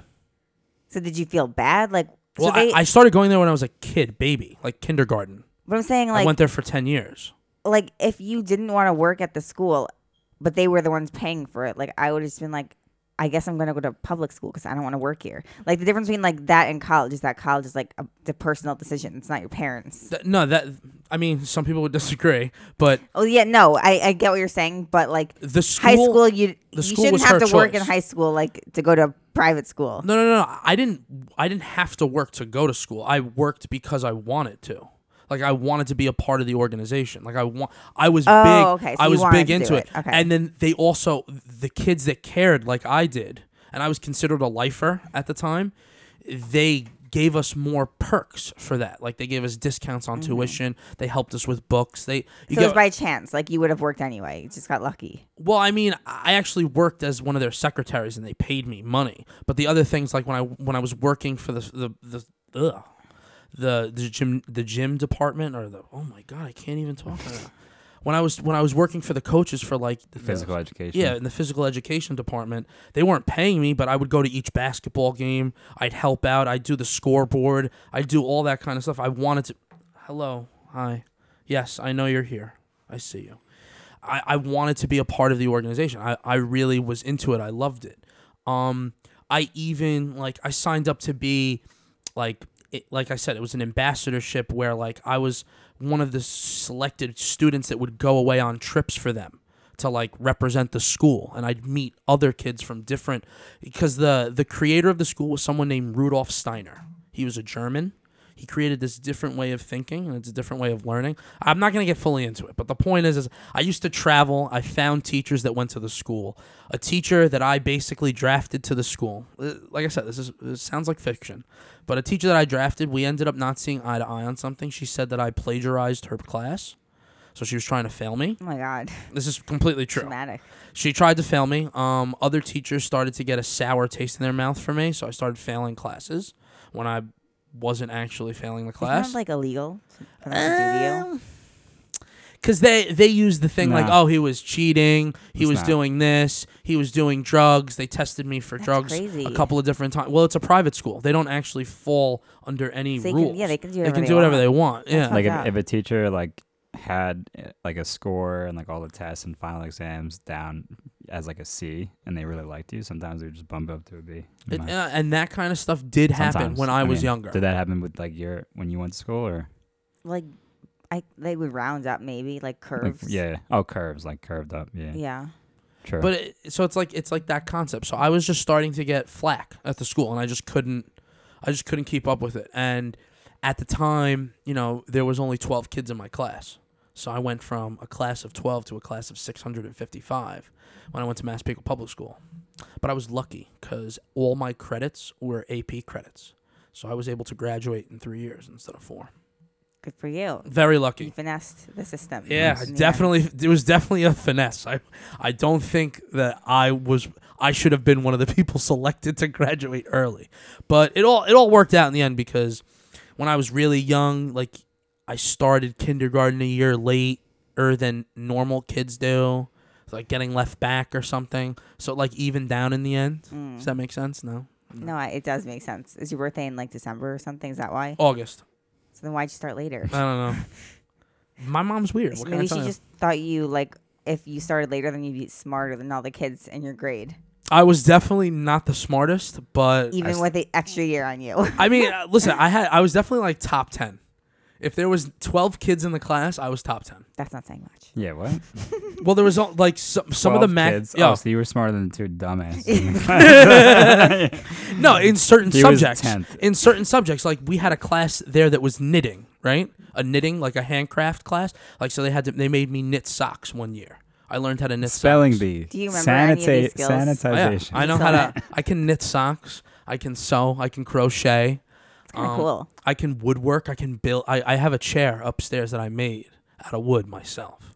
So did you feel bad? Like,
Well,
so they,
I, I started going there when I was a kid, baby, like kindergarten.
but I'm saying
I
like,
went there for ten years.
like if you didn't want to work at the school, but they were the ones paying for it, like I would have just been like, I guess I'm gonna go to public school because I don't want to work here. Like the difference between like that and college is that college is like a, the personal decision. It's not your parents.
Th- no, that I mean, some people would disagree, but
Oh yeah, no, I, I get what you're saying, but like
the school,
high school, you
the
you
school was
shouldn't have
her
to work in
choice.
high school like to go to private school.
No, no, no, no. I didn't. I didn't have to work to go to school. I worked because I wanted to. Like I wanted to be a part of the organization. Like I want. I was
Oh,
big.
okay, so
I
you
was
wanted
big
to do
into
it, okay.
And then they also the kids that cared, like I did, and I was considered a lifer at the time. They gave us more perks for that. Like they gave us discounts on tuition. They helped us with books. They you
Mm-hmm. So it's
get,
by chance, like you would have worked anyway. You just got lucky.
well, I mean, I actually worked as one of their secretaries, and they paid me money. But the other things, like when I when I was working for the the the ugh, the the gym the gym department or the oh my god, I can't even talk. right now. when I was when I was working for the coaches for like the
Physical education.
yeah, in the physical education department, they weren't paying me, but I would go to each basketball game. I'd help out. I'd do the scoreboard. I'd do all that kind of stuff. I wanted to. Hello. Hi. Yes, I know you're here. I see you. I, I wanted to be a part of the organization. I, I really was into it. I loved it. Um, I even like I signed up to be like it, like I said, it was an ambassadorship where like I was one of the selected students that would go away on trips for them to like represent the school and I'd meet other kids from different because the the creator of the school was someone named Rudolf Steiner. He was a German. He created this different way of thinking and it's a different way of learning. I'm not going to get fully into it, but the point is is I used to travel, I found teachers that went to the school. A teacher that I basically drafted to the school. Uh, Like I said, this is this sounds like fiction, but a teacher that I drafted, we ended up not seeing eye to eye on something. She said that I plagiarized her class. So she was trying to fail me.
Oh my god,
This is completely true.
traumatic.
She tried to fail me. Um, other teachers started to get a sour taste in their mouth for me, so I started failing classes when I wasn't actually failing the
Isn't
class. Um,
that, like illegal to- for them to do to you?
Cause they they use the thing like,
Nah.
oh, he was cheating, he
It's
was
not.
doing this, he was doing drugs. They tested me for
That's
drugs
crazy.
a couple of different times. Well, it's a private school; they don't actually fall under any
So they
rules.
can, yeah, they can do
they
whatever
can do whatever they want. Yeah,
Like
Yeah.
if, if a teacher like had eh, like a score and like all the tests and final exams down as like a C, and they really liked you, sometimes they would just bump it up to a B.
It-
Like,
uh, and that kind of stuff did happen
sometimes.
when I, was
mean,
younger.
Did that happen with like your when you went to school or
Like, I they would round up maybe like
like
curves.
yeah? Oh, curves like curved up. Yeah,
Yeah.
true.
But it, so it's like it's like that concept. So I was just starting to get flack at the school, and I just couldn't, I just couldn't keep up with it. And at the time, you know, there was only twelve kids in my class, so I went from a class of twelve to a class of six hundred and fifty-five when I went to Massapequa Public School. But I was lucky because all my credits were AP credits, so I was able to graduate in three years instead of four.
Good for you.
Very
You
lucky.
finessed the system.
Yeah,
In the
definitely. It was definitely a finesse. I, I don't think that I was. I should have been one of the people selected to graduate early, but it all it all worked out in the end because when I was really young, like I started kindergarten a year later than normal kids do, like getting left back or something. So it, like even down in the end.
end.
Does
Mm.
that make sense? No.
No, I, it does make sense. Is your birthday in like December or something? Is that why?
August.
So then why'd you start later?
I don't know. My mom's weird. Uh,
She-
What can I
Maybe
tell
she
you?
just thought you like if you started later, then you'd be smarter than all the kids in your grade,
I was definitely not the smartest, but
even
s-
with the extra year on you.
I mean, uh, listen, I had I was definitely like top 10. If there was 12 kids in the class, I was top 10.
That's not saying much.
yeah, what?
Well, there was all- like some, some of the
12
math.
kids.
Yeah,
Oh, so you were smarter than two dumbasses.
no, in certain
Oh. He was
subjects.
10th.
In certain subjects, like we had a class there that was knitting, right? A knitting, like a handcraft class. Like so they had to they made me knit socks one year. I learned how to knit
Spelling
socks.
bee.
Do you remember any of these skills?
Oh, yeah.
sanitization.
I know how to I can knit socks, I can sew, I can crochet.
It's kind of
Um,
cool.
I can woodwork. I can build. I, I have a chair upstairs that I made out of wood myself.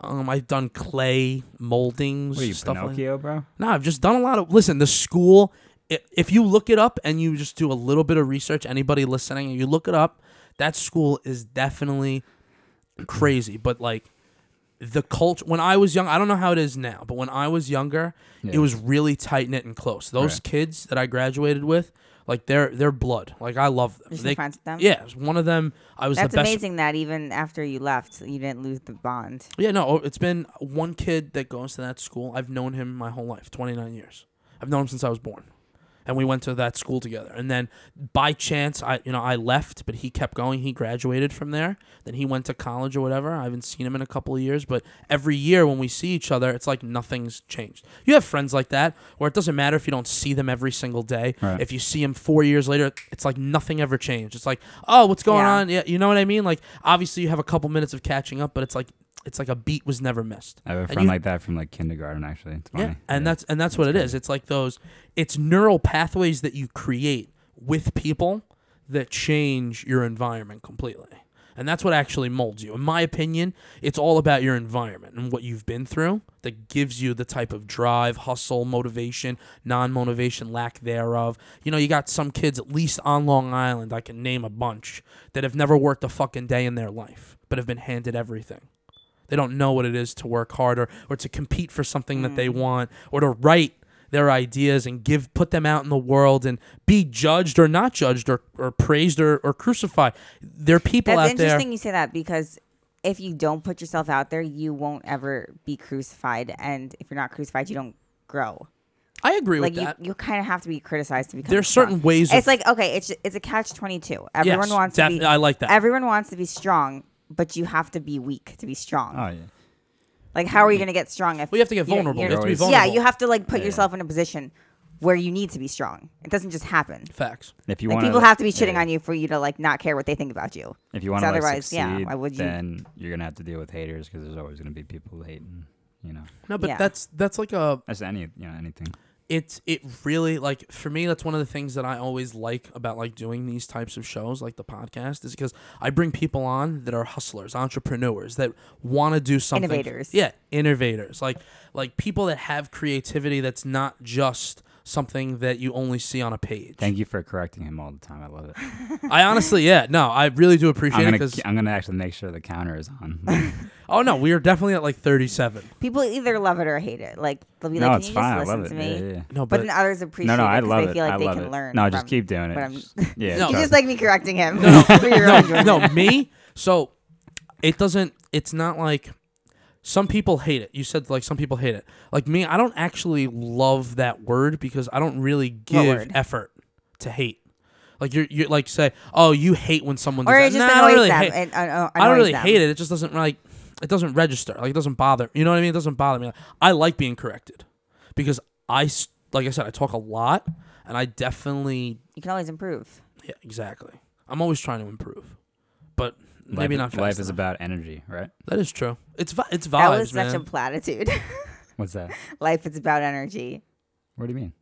Um, I've done clay moldings.
What are you,
stuff like
Pinocchio, bro?
No, I've just done a lot of. Listen, the school. i- If you look it up and you just do a little bit of research, anybody listening, and you look it up, that school is definitely crazy. But like the culture, when I was young, I don't know how it is now, but when I was younger, it
Yeah.
was really tight knit and close. Those
Right.
kids that I graduated with, like they're they're blood. Like I love them.
You're still
They-
friends with them.
yeah, it was one of them. I was
That's
the best.
amazing that even after you left, you didn't lose the bond.
Yeah, no, it's been one kid that goes to that school. I've known him my whole life, 29 years. I've known him since I was born. And we went to that school together. And then by chance, I you know, I left, but he kept going. He graduated from there. Then he went to college or whatever. I haven't seen him in a couple of years, but every year when we see each other, it's like nothing's changed. You have friends like that where it doesn't matter if you don't see them every single day.
Right.
If you see them 4 years later, it's like nothing ever changed. It's like, "Oh, what's going
Yeah.
on?" Yeah, you know what I mean? Like obviously you have a couple minutes of catching up, but it's like it's like a beat was never missed.
I have a
And
friend
you-
like that from like kindergarten, actually. It's funny.
Yeah. And that's and that's, what it is. It's like those it's neural pathways that you create with people that change your environment completely. And that's what actually molds you. In my opinion, it's all about your environment and what you've been through that gives you the type of drive, hustle, motivation, non motivation, lack thereof. You know, you got some kids, at least on Long Island, I can name a bunch, that have never worked a fucking day in their life, but have been handed everything. They don't know what it is to work harder or to compete for something that they want or to write their ideas and give put them out in the world and be judged or not judged or, or praised or, or crucified. There are people
That's
out there.
interesting you say that because if you don't put yourself out there, you won't ever be crucified. And if you're not crucified, you don't grow.
I agree
Like
with
you,
that.
you kind of have to be criticized to become.
There's
strong.
certain ways
It's
of-
like okay, it's it's a catch twenty two. Everyone
Yes,
wants to
defi-
be.
I like that.
Everyone wants to be strong, but you have to be weak to be strong.
Oh yeah.
Like how are you going to get strong if
Well, you have to get
you're-
vulnerable.
you're-
You have to be
You're
vulnerable.
Yeah, you have to like put
Yeah.
yourself in a position where you need to be strong. It doesn't just happen.
facts.
If you
Like
want
people have to be shitting
yeah.
on you for you to like not care what they think about you.
If you want to like,
otherwise,
succeed,
yeah, why would you-
then you're gonna have to deal with haters because there's always gonna be people hating. You know,
No, but
Yeah.
that's that's like a
that's any you know anything.
it's it really like for me that's one of the things that I always like about like doing these types of shows like the podcast is because I bring people on that are hustlers, entrepreneurs that want to do something.
Innovators.
Yeah, innovators. Like like people that have creativity that's not just something that you only see on a page.
Thank you for correcting him all the time. I love it.
I honestly, yeah, no, I really do
I'm
appreciate it
gonna
because
I'm gonna actually make sure the counter is on.
oh no, we are definitely at like 37.
People either love it or hate it. Like they'll be
no,
like,
it's
"Can you
fine. I
just
love
listen
it.
to
Yeah,
me?"
yeah, yeah.
No,
But
but
then others appreciate
No, no, I
it because
love
they
it.
feel like
I
they
love
can
it.
learn.
No,
from,
just keep doing
But I'm,
it. Yeah.
No.
you
trust-
just like me correcting him.
No,
for your own enjoyment.
no, me. So it doesn't. It's not like some people hate it. You said like some people hate it. Like me, I don't actually love that word because I don't really give
word?
effort to hate. Like you're, you're like say, oh, you hate when someone does
Or
that.
it just
Nah, I don't
annoys
really
them.
hate.
It, uh,
I don't
annoys
really
them.
hate it. It just doesn't like it doesn't register. Like it doesn't bother. You know what I mean? It doesn't bother me. I like being corrected because I s- like I said I talk a lot and I definitely
You can always improve.
yeah exactly. I'm always trying to improve, but maybe
life,
not. Fast
Life is
enough.
about energy, right?
That is true. It's vi- it's vibes,
That was
man.
such a platitude.
What's that?
Life is about energy.
What do you mean?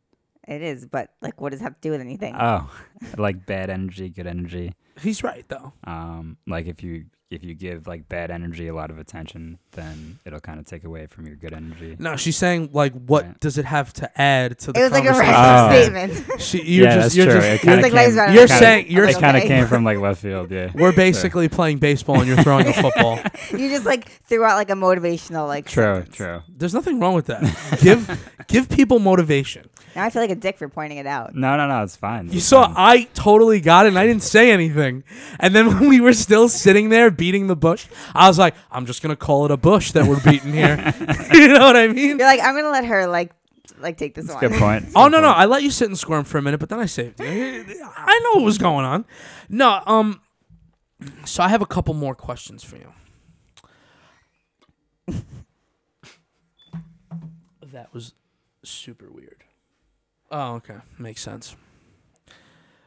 It is, but like, what does it have to do with anything?
Oh, like bad energy, good energy.
He's right though.
Um, like if you if you give like bad energy a lot of attention, then it'll kind of take away from your good energy.
No, she's saying like, what
Right.
does it have to add to the
it was like a
conversation?
random
Oh.
statement.
She, you're
yeah,
just,
that's
you're
true.
just,
it kinda
like life is
came-
about
You're
energy.
saying- you're
it
saying-
kind of
Okay.
came from like left field. Yeah.
we're basically playing baseball and you're throwing a football.
you just like threw out like a motivational like.
True.
sentence.
True.
There's nothing wrong with that. Give give people motivation.
Now I feel like a dick for pointing it out.
No, no, no. It's fine.
You
It's
saw
fine.
I totally got it and I didn't say anything. And then when we were still sitting there beating the bush, I was like, I'm just gonna call it a bush that we're beating here. you know what I mean?
You're like, I'm gonna let her like, like take this
It's a
one.
good point. It's a
Oh
good
no no!
point.
I let you sit and squirm for a minute, but then I saved you. I know what was going on. No, um. So I have a couple more questions for you. that was super weird. Oh okay, makes sense.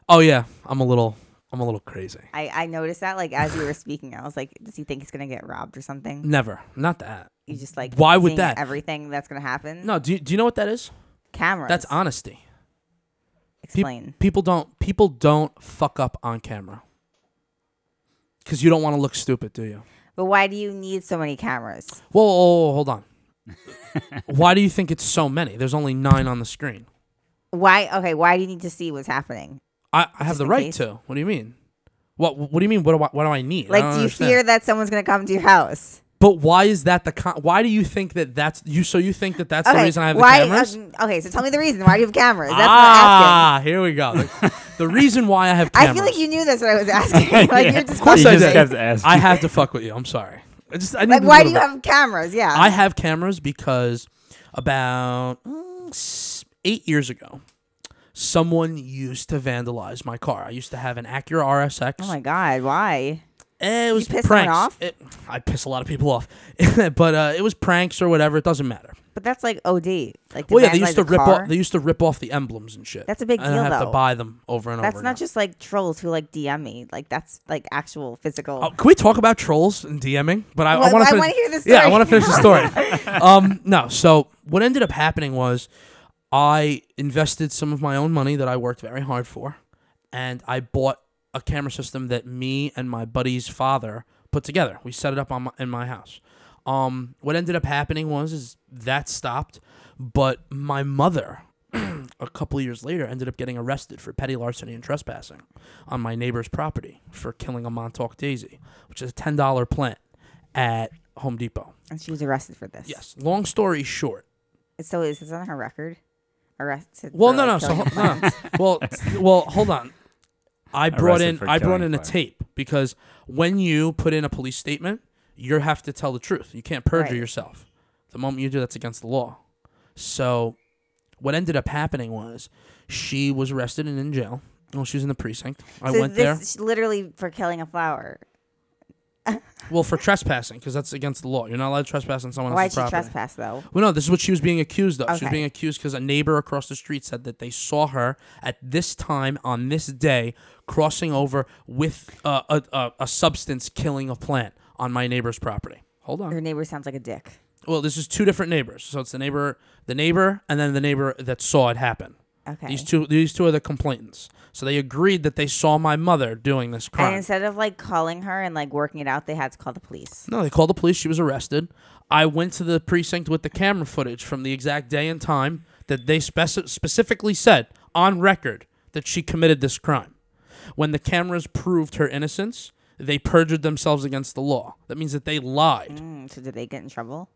Oh yeah, I'm a little, I'm a little crazy.
I, I noticed that like as you were speaking, I was like, does he think he's gonna get robbed or something?
Never, not that.
You just like
Why would
seeing
that?
everything that's gonna happen?
No, do you, do you know what that is?
cameras.
That's honesty. Peop-
explain.
people don't people don't fuck up on camera. Cause you don't want to look stupid, do you?
but why do you need so many cameras?
Whoa, whoa, whoa, whoa, hold on. Why do you think it's so many? There's only nine on the screen.
Why? Okay, why do you need to see what's happening?
I, I have
Just
the
in
right
case.
to. What do you mean? What What do you mean? What do I, What do I need? I
Like, do
don't
you
understand.
fear that someone's gonna come to your house?
But why is that the? Con- why do you think that that's you? So you think that that's
okay,
the reason I have
why?
the cameras?
Okay, okay, so tell me the reason. Why do you have cameras? That's what I'm asking.
ah, here we go. The, the reason why I have cameras.
I feel like you knew that's what I was asking. like,
Yeah.
you're just
Of course
You
I
fucking-
did.
just kept asking.
I have to fuck with you. I'm sorry. I just I need
like,
to
why
go
do
to
you
bed.
have cameras? Yeah,
I have cameras because about mm, s- eight years ago, someone used to vandalize my car. I used to have an Acura RSX.
Oh my god, why?
Eh, it was
piss someone
pranks.
off?
It- I piss a lot of people off, but uh, it was pranks or whatever. It doesn't matter.
But that's like OD. Like,
well, yeah, they used
vandalize
to
a
rip
car.
off. They used to rip off the emblems and shit.
That's a big
and I
deal,
have to
though.
buy them over and
that's
over.
not
now.
just like trolls who like DM me. Like, that's like actual physical.
Oh, can we talk about trolls and DMing? But I,
Well,
want
I
to.
wanna hear this
Yeah, I
story.
want to finish the story. um, no, so what ended up happening was I invested some of my own money that I worked very hard for, and I bought a a camera system that me and my buddy's father put together. We set it up on my, in my house. Um, what ended up happening was is that stopped, but my mother, a couple of years later, ended up getting arrested for petty larceny and trespassing on my neighbor's property for killing a Montauk daisy, which is a ten dollar plant at Home Depot.
And she was arrested for this.
Yes. Long story short.
So is this on her record? Arrested.
Well,
for,
no,
like,
no. So, ho-
killing-
no. well, well, hold on. I brought
Arrested
in
for
I brought
killing
in a
Clark.
tape because when you put in a police statement, you have to tell the truth. You can't perjure
Right.
yourself. The moment you do, that's against the law. So, what ended up happening was she was arrested and in jail. Well, she was in the precinct. I
So
went
this
there.
is literally for killing a flower.
Well, for trespassing, because that's against the law. You're not allowed to trespass on someone
Why'd
else's
she
property.
trespass though?
Well, no, this is what she was being accused of. She was
Okay.
being accused because a neighbor across the street said that they saw her at this time on this day crossing over with uh, a, a, a substance killing a plant on my neighbor's property. Hold on.
Her neighbor sounds like a dick.
Well, this is two different neighbors. So it's the neighbor, the neighbor, and then the neighbor that saw it happen.
Okay.
These two, these two are the complainants. So they agreed that they saw my mother doing this crime.
and instead of like calling her and like working it out, they had to call the police.
No, they called the police. She was arrested. I went to the precinct with the camera footage from the exact day and time that they speci- specifically said on record that she committed this crime. When the cameras proved her innocence, they perjured themselves against the law. That means that they lied.
Mm, so did they get in trouble?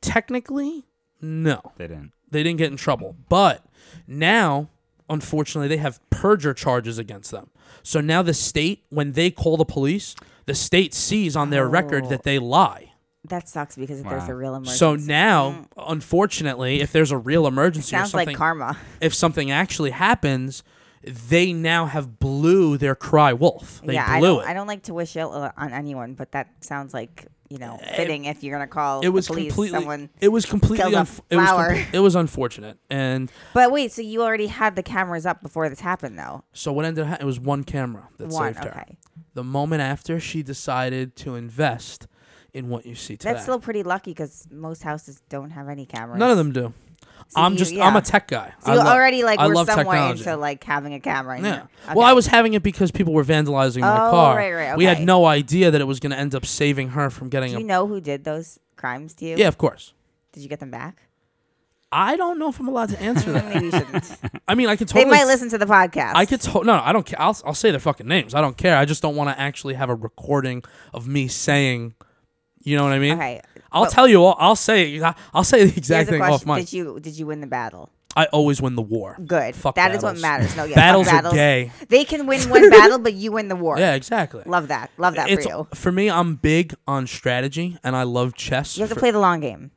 Technically, no,
They didn't.
they didn't get in trouble. But now, unfortunately, they have perjure charges against them. So now the state, when they call the police, the state sees on their record
Oh.
that they lie.
That sucks because if there's
Wow.
a real emergency.
So now, unfortunately, if there's a real emergency or
sounds
something,
like karma.
if something actually happens, they now have blew their cry wolf. They
yeah, I
blew
don't,
it.
I don't like to wish ill uh, on anyone, but that sounds like you know fitting if you're gonna call
Eh, it was
the police
completely.
someone.
it was completely.
killed a
unf- it, was
flower.
comple- it was unfortunate, and
But wait, so you already had the cameras up before this happened, though?
so what ended up happening it was one camera that
One,
saved her.
okay.
The moment after she decided to invest in what you see today,
That's still pretty lucky because most houses don't have any cameras.
none of them do.
So
I'm
you-
just. I'm
yeah.
a tech guy.
So
I
you
lo-
already like
I
were
love
somewhere
technology.
into like having a camera. in
Yeah.
your- okay.
Well, I was having it because people were vandalizing my
Oh,
car.
right, right,
We had
okay.
no idea that it was going to end up saving her from getting
Do
a.
you know who did those crimes to you?
yeah, of course.
Did you get them back?
I don't know if I'm allowed to answer that.
Maybe you shouldn't.
I mean, I could
they
totally.
might listen to the podcast.
I could to- no, no, I don't care. I'll, I'll say their fucking names. I don't care. I just don't want to actually have a recording of me saying, you know what I mean?
Okay.
I'll
but
tell you. All, I'll say. I'll say the
Here's
exact
a
thing off
question:
mic.
Did you did you win the battle?
I always win the war.
Good.
Fuck
That is what
battles.
matters. No, yeah, fuck
battles,
battles
are gay.
They can win one battle, but you win the war.
Yeah, exactly.
Love that. Love that
it's
for you.
for me. I'm big on strategy, and I love chess.
You have to
For-
play the long game.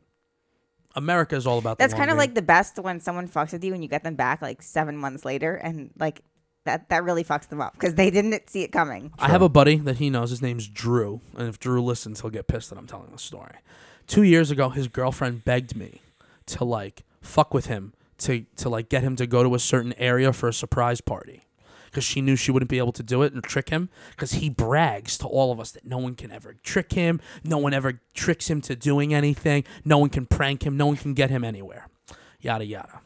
America is all about. the
That's
long
kind of
game.
like the best when someone fucks with you and you get them back like seven months later, and like that that really fucks them up because they didn't see it coming.
I have a buddy that he knows. His name's Drew, and if Drew listens, he'll get pissed that I'm telling this story. Two years ago, his girlfriend begged me to like fuck with him to to like get him to go to a certain area for a surprise party because she knew she wouldn't be able to do it and trick him because he brags to all of us that no one can ever trick him, no one ever tricks him to doing anything, no one can prank him, no one can get him anywhere, yada yada.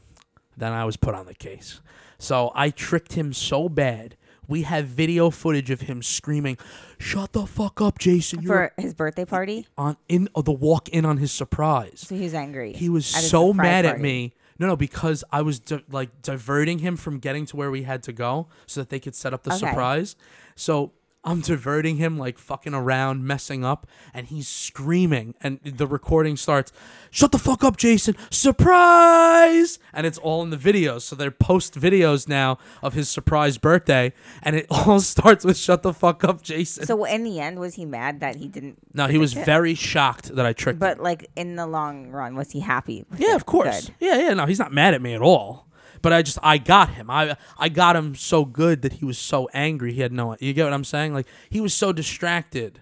Then I was put on the case. So I tricked him so bad. We have video footage of him screaming, "Shut the fuck up, Jason!" You're
for his birthday party.
on in oh, the walk in on his surprise.
So he was angry.
He was
at his
so
surprise
mad at
party.
me. No, no, because I was di- like diverting him from getting to where we had to go so that they could set up the
Okay.
surprise. So I'm diverting him, like fucking around, messing up, and he's screaming. And the recording starts, Shut the fuck up, Jason! Surprise! And it's all in the videos. So they post videos now of his surprise birthday, and it all starts with, Shut the fuck up, Jason.
So in the end, was he mad that he didn't?
no, he was
predict it?
very shocked that I tricked him.
But like in the long run, was he happy? with
Yeah,
it?
of course.
Good.
Yeah, yeah. No, he's not mad at me at all. But I just I got him. I I got him so good that he was so angry. He had no. You get what I'm saying? Like he was so distracted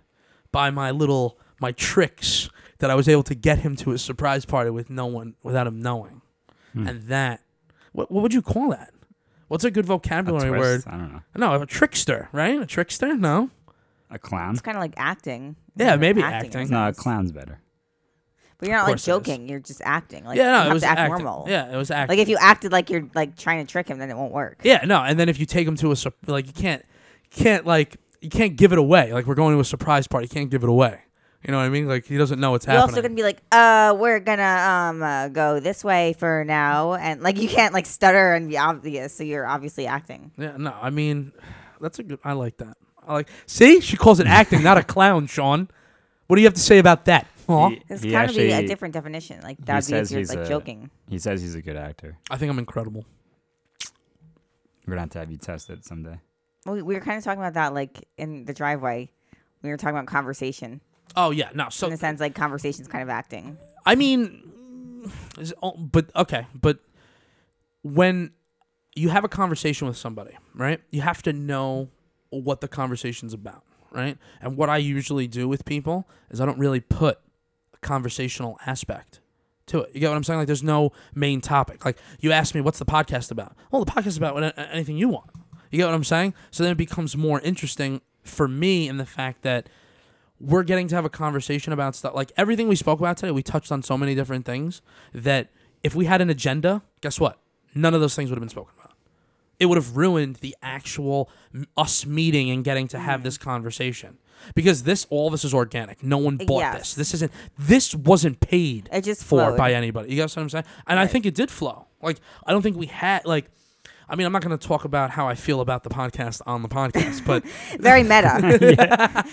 by my little my tricks that I was able to get him to his surprise party with no one without him knowing.
Hmm.
And that what what would you call that? What's a good vocabulary
Twist?
word?
I don't know.
No, a trickster, right? A trickster? No.
A clown?
It's kind of like acting.
Yeah,
Like
maybe
in a
acting.
No, a
sense.
clown's better.
But you're not
Of
like
course it is.
joking. You're just acting. Like you
yeah, no,
have
it was
to act
acting.
normal.
Yeah, it was acting.
Like if you acted like you're like trying to trick him, then it won't work.
Yeah, no, and then if you take him to a sup- like you can't can't like you can't give it away. Like we're going to a surprise party, you can't give it away. You know what I mean? Like he doesn't know what's
You're
happening.
also gonna be like, uh, we're gonna um uh, go this way for now, and like you can't like stutter and be obvious, so you're obviously acting.
yeah, no, I mean, that's a good. I like that. I like. See, she calls it acting, not a clown, Sean. What do you have to say about that? Aw.
He-
It's
he
kind of be a
actually-
different definition. Like
he
that'd be if
says
you're
he's
like
a-
joking.
He says he's a good actor.
I think I'm incredible.
We're gonna have to have you tested someday.
We, we were kind of talking about that, like in the driveway. We were talking about conversation
Oh yeah, no. So
in the sense like conversation's kind of acting.
I mean, is- oh, but okay, but when you have a conversation with somebody, right? You have to know what the conversation's about, right? And what I usually do with people is I don't really put a conversational aspect to it. You get what I'm saying? Like, there's no main topic. Like, you ask me, what's the podcast about? Well, the podcast is about what- anything you want. You get what I'm saying? So then it becomes more interesting for me in the fact that we're getting to have a conversation about stuff like everything we spoke about today we touched on so many different things that if we had an agenda guess what none of those things would have been spoken about it would have ruined the actual m- us meeting and getting to have this conversation because this all this is organic no one bought
Yes.
this this isn't this wasn't paid
It just
for
flowed.
by anybody you guys what i'm saying and i think it did flow like i don't think we had like i mean i'm not going to talk about how i feel about the podcast on the podcast but
Very meta.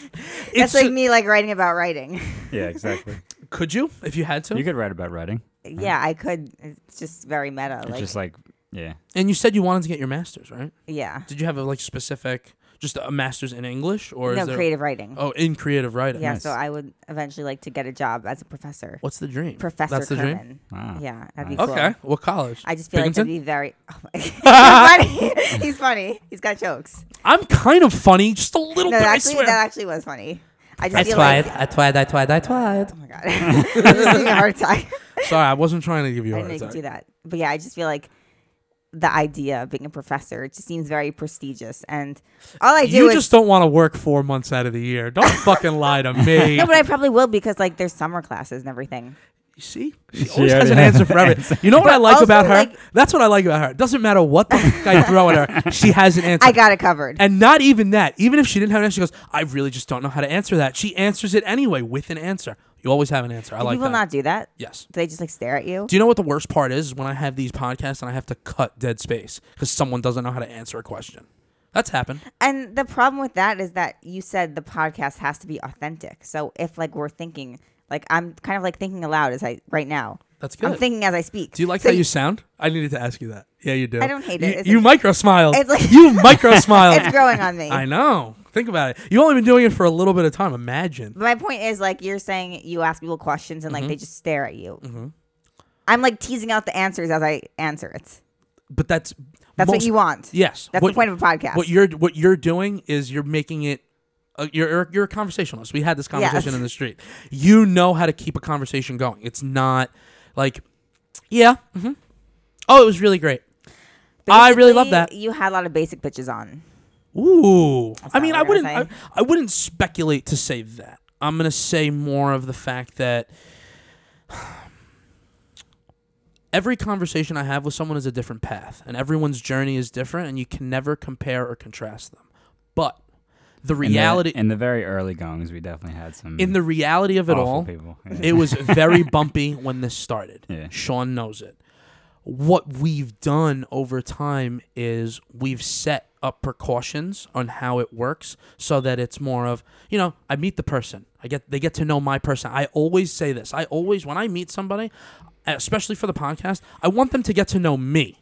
it's
That's like me like writing about writing.
Yeah, exactly.
could you if you had to
you could write about writing.
yeah, I could. It's just very meta.
It's
Like
just like yeah.
And you said you wanted to get your master's, right?
yeah,
Did you have a like specific, just a master's in English, or
no
is there?
creative writing.
Oh, in creative writing.
yeah,
nice.
so I would eventually like to get a job as a professor.
What's the dream?
Professor
Oh, That's the dream.
Kerman.
Wow.
Yeah, that'd be
Nice.
cool.
Okay. What college?
I just feel like
Binghamton?
that'd be very. Oh my he's funny. he's funny. He's got jokes.
I'm kind of funny, just a little
No,
bit.
that
Oh, I
actually,
swear.
that actually was funny. I just feel like.
I tried. I tried. I tried.
Oh my god! I'm just giving you a hard time.
Sorry, I wasn't trying to give you a
I
hard
didn't
time.
do that, but yeah, I just feel like the idea of being a professor it just seems very prestigious, and all I do
You
is
just don't want to work four months out of the year. Don't fucking lie to me.
no, but I probably will because like there's summer classes and everything.
You see, she always has
already
an
has
answer
an
for everything. You know what I like
also,
about her?
like-
That's what I like about her. It doesn't matter what the fuck I throw at her, she has an answer.
I got it covered.
And not even that. Even if she didn't have an answer, she goes, I really just don't know how to answer that. She answers it anyway with an answer. You always have an answer. I
Do
like
people
that.
not do that?
yes.
Do they just like stare at you?
Do you know what the worst part is? When I have these podcasts and I have to cut dead space because someone doesn't know how to answer a question. That's happened.
And the problem with that is that you said the podcast has to be authentic. So if like we're thinking, like I'm kind of like thinking aloud as I right now.
That's good.
I'm thinking as I speak.
do you like
So
how you sound? I needed to ask you that. Yeah, you do.
I don't hate it.
You-
It's
You,
like-
micro smiled.
It's like-
you micro smiled.
It's growing on me.
I know. Think about it. You've only been doing it for a little bit of time. Imagine.
But my point is like you're saying you ask people questions and like
Mm-hmm.
they just stare at you. I'm like teasing out the answers as I answer it.
But that's
That's what
most-
you want.
Yes.
That's the point of a podcast.
What you're what you're doing is you're making it. Uh, you're you're a conversationalist. We had this conversation
Yes.
in the street. You know how to keep a conversation going. It's not like, yeah, hmm oh, it was really great. I really love that.
Basically, You had a lot of basic bitches on.
Ooh, I
not
mean,
what
I
I'm
wouldn't I,
gonna
I wouldn't speculate to say that. I'm gonna say more of the fact that every conversation I have with someone is a different path, and everyone's journey is different, and you can never compare or contrast them. But the
In the-
reality
in the, very early goings, we definitely had some
in the reality of it
awful
all,
people. Yeah.
it was very bumpy when this started.
Yeah.
Sean knows it. What we've done over time is we've set up precautions on how it works so that it's more of, you know, I meet the person. I get they get to know my person. I always say this. I always when I meet somebody, especially for the podcast, I want them to get to know me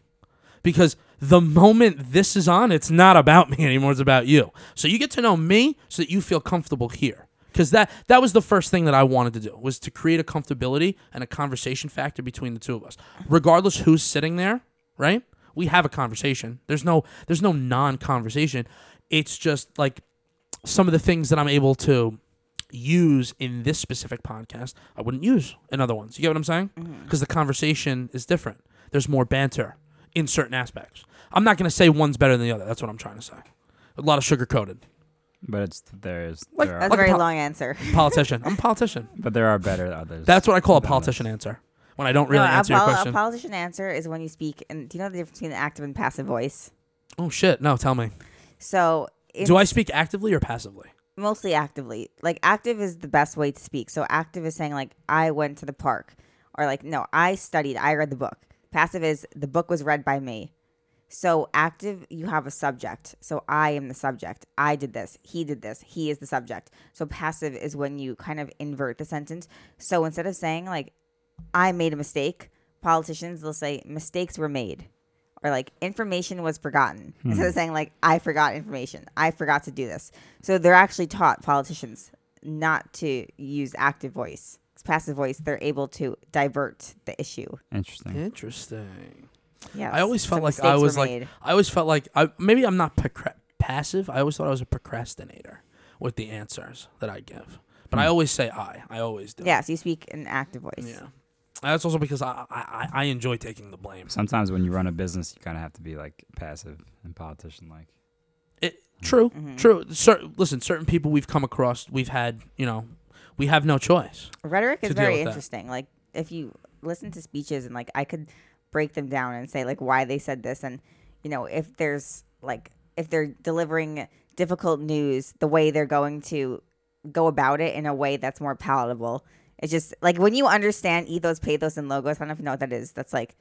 because the moment this is on, it's not about me anymore. It's about you. So you get to know me so that you feel comfortable here. Because that that was the first thing that I wanted to do was to create a comfortability and a conversation factor between the two of us, regardless who's sitting there. Right? We have a conversation. There's no there's no non-conversation. It's just like some of the things that I'm able to use in this specific podcast, I wouldn't use in other ones. You get what I'm saying?
Mm-hmm.
Because the conversation is different. There's more banter in certain aspects. I'm not going to say one's better than the other. That's what I'm trying to say. A lot of sugar coated.
but it's there's
What?
there
That's
are,
a very
pol-
long answer.
Politician. I'm a politician.
but there are better others.
That's what I call a
That
politician
is-
answer when I don't really
No,
answer
a,
your
pol-
question.
a politician answer is when you speak, and do you know the difference between an active and passive voice?
oh, shit. No, tell me.
So it's
Do I speak actively or passively?
mostly actively. Like active is the best way to speak. So active is saying like I went to the park or like no, I studied, I read the book. Passive is the book was read by me. So active you have a subject. So I am the subject. I did this. He did this. He is the subject. So passive is when you kind of invert the sentence. So instead of saying like I made a mistake, politicians will say mistakes were made or like information was forgotten instead of
Hmm.
saying like I forgot information, I forgot to do this. So they're actually taught politicians not to use active voice. 'Cause passive voice, they're able to divert the issue.
Interesting.
Interesting.
Yeah,
I always felt like I was like I always felt like I maybe I'm not procra- passive. I always thought I was a procrastinator with the answers that I give, but I always say I. I always do.
Hmm. yes, you speak in active voice.
Yeah. That's also because I I, I- I enjoy taking the blame.
Sometimes when you run a business, you kind of have to be like passive and politician like.
It,
Mm-hmm.
true, true. Cer- listen, certain people we've come across, we've had, you know, we have no choice.
Rhetoric
to
is
deal
very
with that.
interesting. Like if you listen to speeches and like I could break them down and say like why they said this and you know if there's like if they're delivering difficult news the way they're going to go about it in a way that's more palatable. It's just like when you understand ethos, pathos, and logos. I don't know if you know what that is. That's like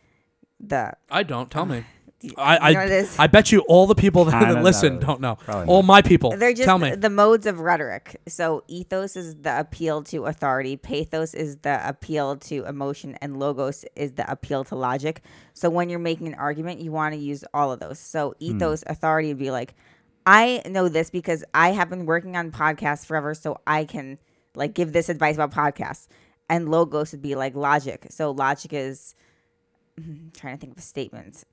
the
I don't. Tell me.
you
I
know what it
I,
is?
I bet you all the people that,
Kinda
that listen
knows.
don't know.
Probably
All my people.
They're just
tell me.
the modes of rhetoric. So ethos is the appeal to authority, pathos is the appeal to emotion, and logos is the appeal to logic. So when you're making an argument, you want to use all of those. So ethos, authority would be like, I know this because I have been working on podcasts forever, so I can like give this advice about podcasts. And logos would be like logic. So logic is I'm trying to think of statements.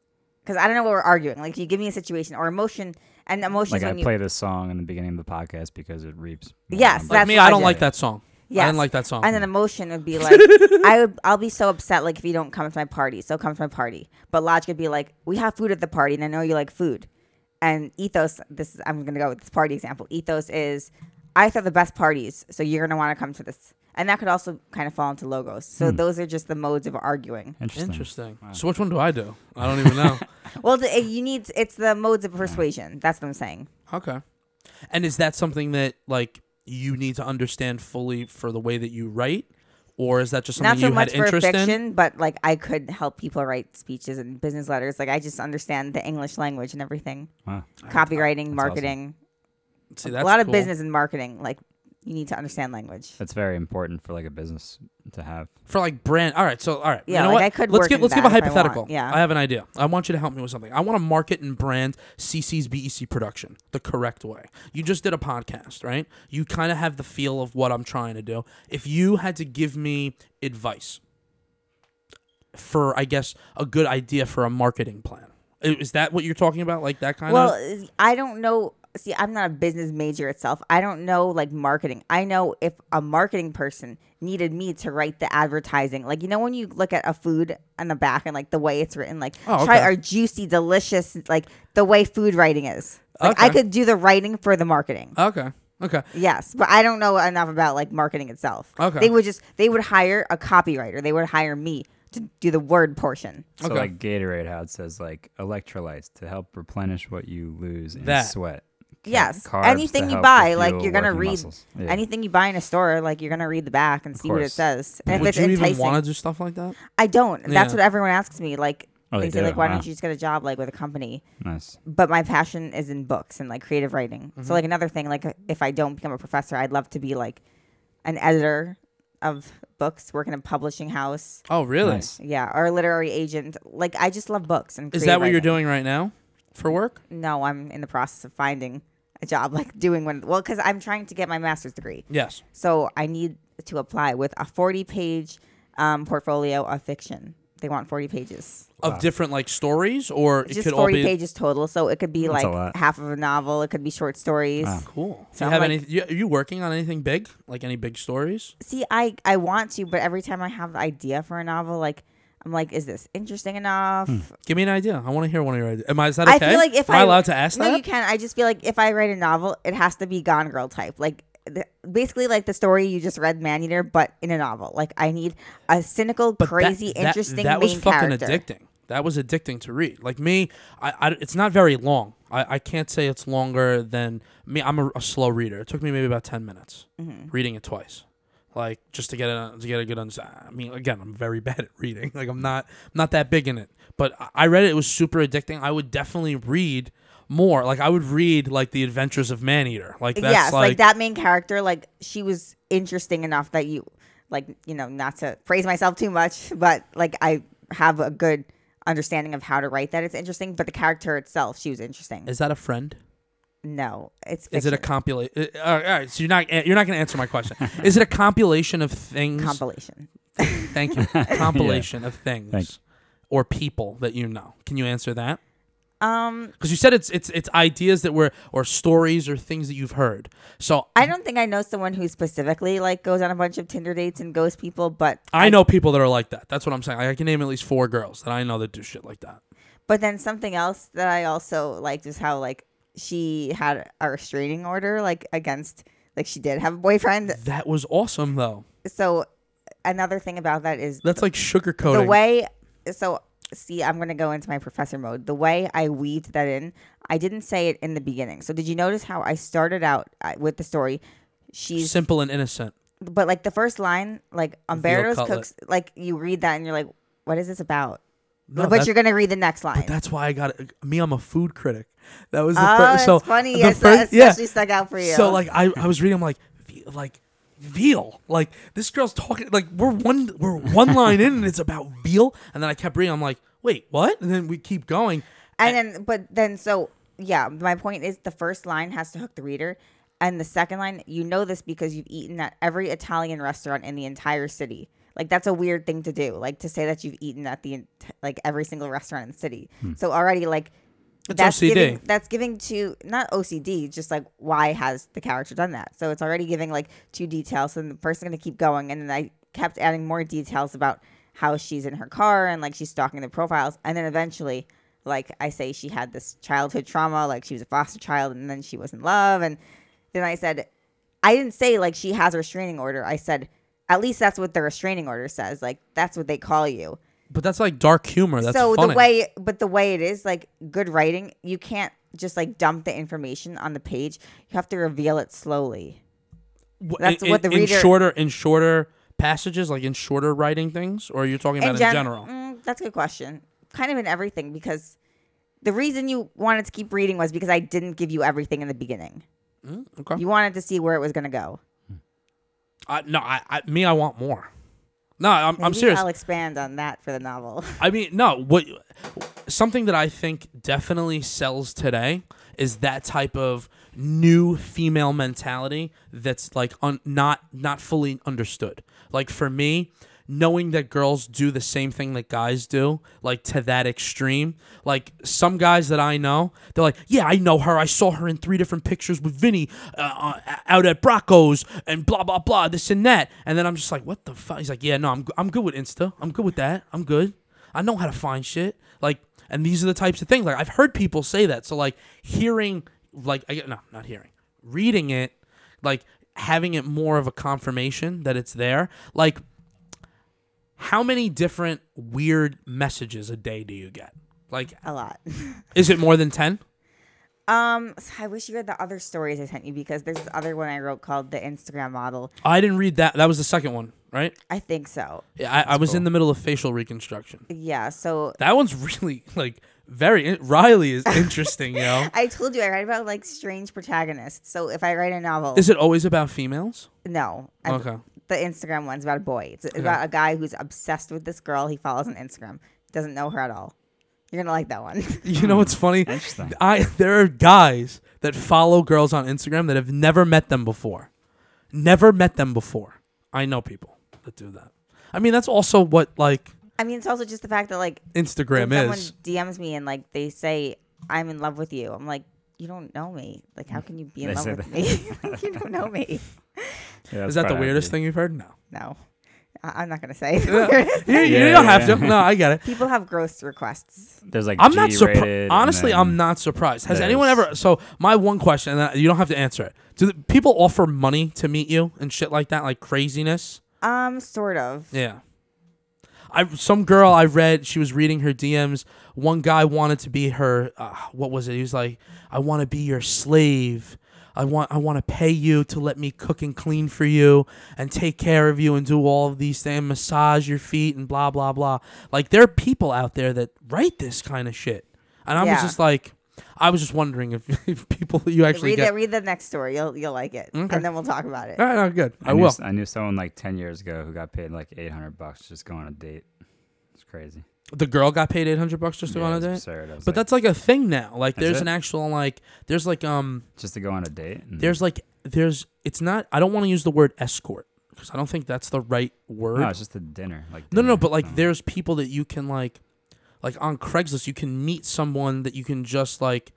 Because I don't know what we're arguing. Like you give me a situation or emotion, and emotion
Like
is
I
when you
play this song in the beginning of the podcast because it reaps. more
Yes,
numbers.
like
that's
me, I don't
logic.
like that song. I
Yes.
didn't like that song.
And then emotion would be like, I would, I'll be so upset like if you don't come to my party. So come to my party. But logic would be like, we have food at the party, and I know you like food. And ethos, this is, I'm gonna go with this party example. Ethos is, I throw the best parties, so you're gonna want to come to this. And that could also kind of fall into logos. So
Hmm.
those are just the modes of arguing.
interesting.
Interesting. So which one do I do? I don't even know.
Well, the, you need it's the modes of persuasion. That's what I'm saying.
okay. And is that something that like you need to understand fully for the way that you write, or is that just something
Not so
you
much
had
for
interest
fiction,
in?
but like I could help people write speeches and business letters. Like I just understand the English language and everything.
Wow.
copywriting,
awesome.
marketing,
See, that's
a lot of
cool.
business and marketing. Like you need to understand language.
That's very important for like a business to have.
for like brand. All right, so all right.
Yeah,
you know
like,
what?
I could
let's
work
give
in
let's give a
that if I want,
hypothetical.
yeah.
I have an idea. I want you to help me with something. I want to market and brand CC's BEC E production the correct way. You just did a podcast, right? You kind of have the feel of what I'm trying to do. If you had to give me advice for, I guess, a good idea for a marketing plan, i- is that what you're talking about? Like that kind
Well,
of.
is- I don't know. See, I'm not a business major itself. I don't know like marketing. I know if a marketing person needed me to write the advertising, like you know when you look at a food on the back and like the way it's written, like
Oh,
try
okay.
our juicy, delicious, like the way food writing is. Like I
Okay.
could do the writing for the marketing.
Okay. Okay.
Yes, but I don't know enough about like marketing itself.
Okay.
They would just they would hire a copywriter. They would hire me to do the word portion.
So
Okay.
like Gatorade, how it says like electrolytes to help replenish what you lose in
That.
sweat. Ca-
Yes.
carbs to
Anything you
help
buy,
to
like
fuel
you're gonna
working
read
muscles. Yeah.
anything you buy in a store, like you're gonna read the back and see what it
course.
says. And if
Would
it's
you
enticing,
even want to do stuff like that?
I don't. That's
Yeah.
what everyone asks me. Like
Oh,
they,
they
say,
do?
like, why
Wow.
don't you just get a job like with a company?
Nice.
But my passion is in books and like creative writing.
Mm-hmm.
So like another thing, like if I don't become a professor, I'd love to be like an editor of books, work in a publishing house.
Oh, really?
Nice.
Yeah, or a literary agent. Like I just love books and.
Is
creative
that what you're
writing.
doing right now for work?
No, I'm in the process of finding a job, like doing one. Well, because I'm trying to get my master's degree,
Yes.
so I need to apply with a 40-page um, portfolio of fiction. They want 40 pages.
Of different like stories, or it
Just
could all
40
be
pages total, so it could be
That's a
like
lot.
half of a novel. It could be short stories.
Cool. Do
So
you
I'm
have
like-
any? You, are you working on anything big? Like any big stories?
see I, I want to but every time i have the idea for a novel like i'm like is this interesting enough
Hmm.
Give me an idea. I want to hear one of your ideas. Am I? Is that okay?
I feel like if
am I,
I
allowed to ask
no,
that?
you can. I just feel like if I write a novel, it has to be Gone Girl type, like the, basically like the story you just read, Man Eater, but in a novel. Like I need a cynical,
But that-
crazy,
that-
interesting
That
main
was fucking
character.
addicting. That was addicting to read. Like me, I, I- it's not very long. I, I can't say it's longer than me. I'm a, a slow reader. It took me maybe about ten minutes
Mm-hmm.
reading it twice, like just to get a to get a good understanding. I mean, again, I'm very bad at reading. Like I'm not I'm not that big in it, but I- I read it. It was super addicting. I would definitely read more. Like I would read like the Adventures of Maneater. Like that's
yes, like,
like
that main character, like she was interesting enough that you, like you know, not to praise myself too much, but like I have a good understanding of how to write that. It's interesting, but the character itself, she was interesting.
Is that a friend?
no, it's
Is it a
fiction.
compilation? Uh, all right, so you're not you're not going to answer my question. Is it a compilation of things?
compilation?
Thank you. Compilation of things
Thanks.
or people that you know. Can you answer that?
Um,
Because you said it's it's it's ideas that were or stories or things that you've heard. So I,
I don't think I know someone who specifically like goes on a bunch of Tinder dates and ghosts people, but
know people that are like that. That's what I'm saying. Like, I can name at least four girls that I know that do shit like that.
But then something else that I also liked is how like she had a restraining order like against like she did have a boyfriend.
That was awesome though.
So another thing about that is
That's like
the
sugarcoating.
way so see I'm going to go into my professor mode. The way I weaved that in, I didn't say it in the beginning. So did you notice how I started out uh, with the story? She's
simple and innocent.
but like the first line like Umberto's
cutlet.
cooks like you read that and you're like what is this about?
No,
but
that-
you're going to read the next line.
That's why I got it. me. I'm a food critic. That was the
Oh,
first.
that's
So
funny.
The
It's-
first,
that
yeah.
especially stuck out for you.
So like I, I was reading, I'm like, "Ve- like veal. Like this girl's talking. Like we're one we're one line in, and it's about veal. And then I kept reading. I'm like, wait, what? And then we keep going.
and then but then so yeah my point is the first line has to hook the reader and the second line you know this because you've eaten at every italian restaurant in the entire city like that's a weird thing to do like to say that you've eaten at the ent- like every single restaurant in the city
Hmm.
so already like
It's
that's
OCD.
giving that's giving to not OCD, just like why has the character done that? So it's already giving like two details, and the person's gonna keep going. And then I kept adding more details about how she's in her car and like she's stalking the profiles, and then eventually, like I say, she had this childhood trauma, like she was a foster child, and then she was in love, and then I said, I didn't say like she has a restraining order. I said, at least that's what the restraining order says. Like that's what they call you
But that's like dark humor. That's
so
funny.
the way but the way it is like good writing you can't just like dump the information on the page you have to reveal it slowly
W-
that's
in,
what the
in
reader-
shorter in shorter passages, like in shorter writing things, or you're talking about in,
gen-
general.
Mm, that's a good question kind of in everything because the reason you wanted to keep reading was because i didn't give you everything in the beginning
Mm, Okay.
you wanted to see where it was going to go
I, no, I, I me, I want more. No, I'm, I'm
Maybe
serious.
i'll expand on that for the novel
I mean, no. What something that I think definitely sells today is that type of new female mentality that's like un, not not fully understood. Like for me, knowing that girls do the same thing that guys do, like to that extreme. Like some guys that I know, they're like, "Yeah, I know her. I saw her in three different pictures with Vinny uh, uh, out at Bracco's and blah blah blah, this and that." And then I'm just like, "What the fuck?" He's like, "Yeah, no, I'm g- I'm good with Insta. I'm good with that. I'm good." I know how to find shit. Like, and these are the types of things. Like, I've heard people say that. So, like, hearing, like, I get, no, not hearing, reading it, like, having it more of a confirmation that it's there. Like, how many different weird messages a day do you get? Like,
a lot
is it more than 10?
um i wish you read the other stories i sent you because there's this other one i wrote called the instagram model
I didn't read that. That was the second one, right?
i think so
Yeah, I, I was in the middle of facial reconstruction.
yeah so
That one's really, like, very, in- Riley is interesting, yo.
I told you I write about like strange protagonists. So if I write a novel,
Is it always about females?
no, I-
Okay.
the Instagram one's about a boy. It's about a guy who's obsessed with this girl he follows on Instagram. Doesn't know her at all. You're gonna like that one.
You know what's funny?
Hmm, Interesting.
I there are guys that follow girls on Instagram that have never met them before. Never met them before. I know people that do that. I mean, that's also what like
I mean, it's also just the fact that like
Instagram
when someone
is.
DMs me and like they say I'm in love with you. I'm like, you don't know me. Like, how can you be in
They
love
say
with
that.
me? Like, you don't know me.
Yeah,
Is that
that's
the
probably
weirdest thing you've heard? No.
No, I- I'm not gonna say.
You, you
Yeah,
don't
yeah,
have to. No, I get it.
People have gross requests.
There's like
I'm not
G-rated
surprised.
and
Honestly,
then-
I'm not surprised. Has
there's-
anyone ever? So my one question, and uh, you don't have to answer it. Do the, people offer money to meet you and shit like that, like craziness?
Um, sort of.
Yeah. I some girl I read she was reading her DMs. One guy wanted to be her. Uh, what was it? He was like, "I want to be your slave. I want I want to pay you to let me cook and clean for you and take care of you and do all of these things, massage your feet and blah blah blah." Like there are people out there that write this kind of shit, and I was
Yeah.
just like, I was just wondering if, if people you actually
read
get.
the read the next story. You'll you'll like it,
Okay.
and then we'll talk about it.
All right, no, good. I
knew
will.
s- I knew someone like ten years ago who got paid like eight hundred bucks just going on a date. It's crazy.
The girl got paid eight hundred bucks just to
Yeah,
go on a
it's
date.
absurd. I was
But
like,
that's like a thing now. Like
Is
there's
it?
an
Hmm.
actual like there's like um
just to go on a date. And
there's like there's it's not I don't want to use the word escort because I don't think that's the right word.
no, Hmm. it's just a dinner. Like
no, no, no,
dinner,
but like
so-
there's people that you can like like on Craigslist you can meet someone that you can just like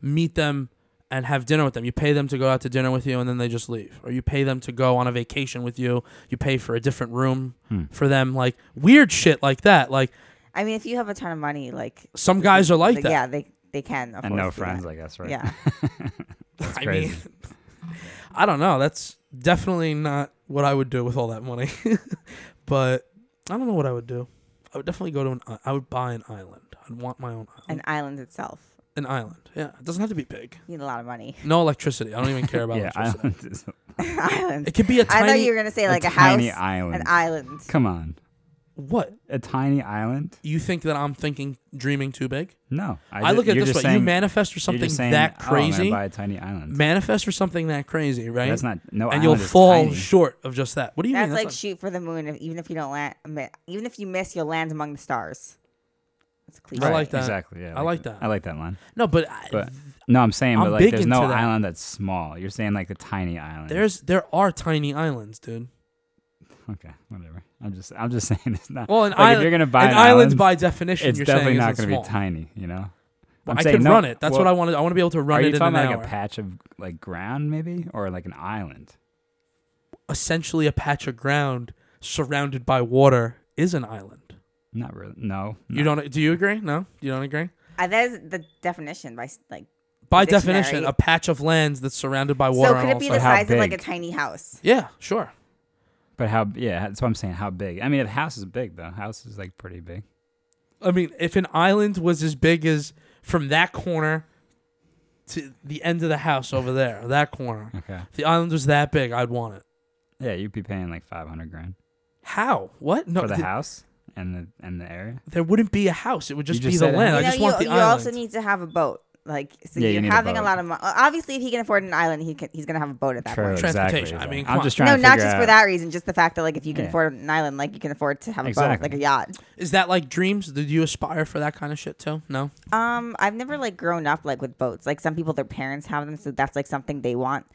meet them and have dinner with them. You pay them to go out to dinner with you and then they just leave. Or you pay them to go on a vacation with you. You pay for a different room
Hmm.
for them like weird shit like that. Like
I mean, if you have a ton of money, like
some guys are like
th-
that.
Yeah, they they can. Of
and
course
no
do
friends,
that.
I guess, right?
Yeah.
It's
I
crazy.
mean, I don't know. That's definitely not what I would do with all that money. but I don't know what I would do. I would definitely go to an. i- I would buy an island. I'd want my own
An
island.
island itself.
An, island. Yeah, it doesn't have to be big.
You need a lot of money.
No electricity. I don't even care about
yeah,
electricity.
island is
Islands.
It could be a
I
tiny.
thought you were gonna say like a,
tiny
house,
island.
an island.
Come on,
What
a tiny island?
you think that I'm thinking, dreaming too big?
No,
I,
ju-
look at it
you're
this way:
just saying-
you manifest for
you're just
something
saying,
that
"Oh, I'm gonna
crazy.
buy a tiny island.
manifest for something that crazy, right?
That's not no.
and you'll
island is
fall
tiny.
short of just that. What do you
That's
mean?
like
not-
shoot for the moon. if- Even if you don't land, mi- even if you miss, you'll land among the stars. That's a cliche.
I like that.
Exactly. Yeah,
I like that.
I like that line.
no, but, I,
But no, I'm saying,
I'm
but like,
big
there's
into
no
that.
island that's small. You're saying like the tiny island.
there's there are tiny islands, dude.
okay, whatever. I'm just, I'm just saying it's not.
Well, an
like,
island.
if you're gonna buy
an,
an
island,
island,
by definition,
it's
you're
definitely
saying
not
isn't
gonna
small.
be tiny. You know.
Well,
I'm
I
saying
could
no-
run it. That's what I
well,
wanted. I want to be able to run
Are
it
you
in
talking
an
about
hour.
like a patch of like ground maybe, or like an island?
Essentially, a patch of ground surrounded by water is an island.
Not really. No.
You
no.
don't? Do you agree? No, you don't agree.
Uh, that is the definition by s- like.
By
Dictionary.
definition, a patch of lands that's surrounded by water.
So could
on
it
all
be
sides.
the
How
size of like a
big?
tiny house?
yeah, sure.
But how? Yeah, that's what I'm saying. How big? I mean, the house is big though. House is like pretty big.
I mean, if an island was as big as from that corner to the end of the house over there, that corner,
Okay.
if the island was that big, I'd want it.
Yeah, you'd be paying like 500 grand
How? What? No,
for the
th-
house and the and the area.
there wouldn't be a house. It would just,
just
be the
said it.
land.
you
I
know,
just want
you,
the
you
island.
also need to have a boat. Like, so
Yeah, you
you're
need a
having a,
boat.
lot of money. Obviously, if he can afford an island, he can. He's gonna have a boat at that point.
Transportation,
exactly,
I mean,
exactly.
come
I'm just
No,
trying to
not
figure
just for
out-
that reason. Just the fact that like if you can
Yeah.
afford an island, like you can afford to have a boat,
Exactly.
like a yacht.
Is that like dreams? Did you aspire for that kind of shit too? No.
Um, I've never like grown up like with boats. Like some people, their parents have them, so that's like something they want.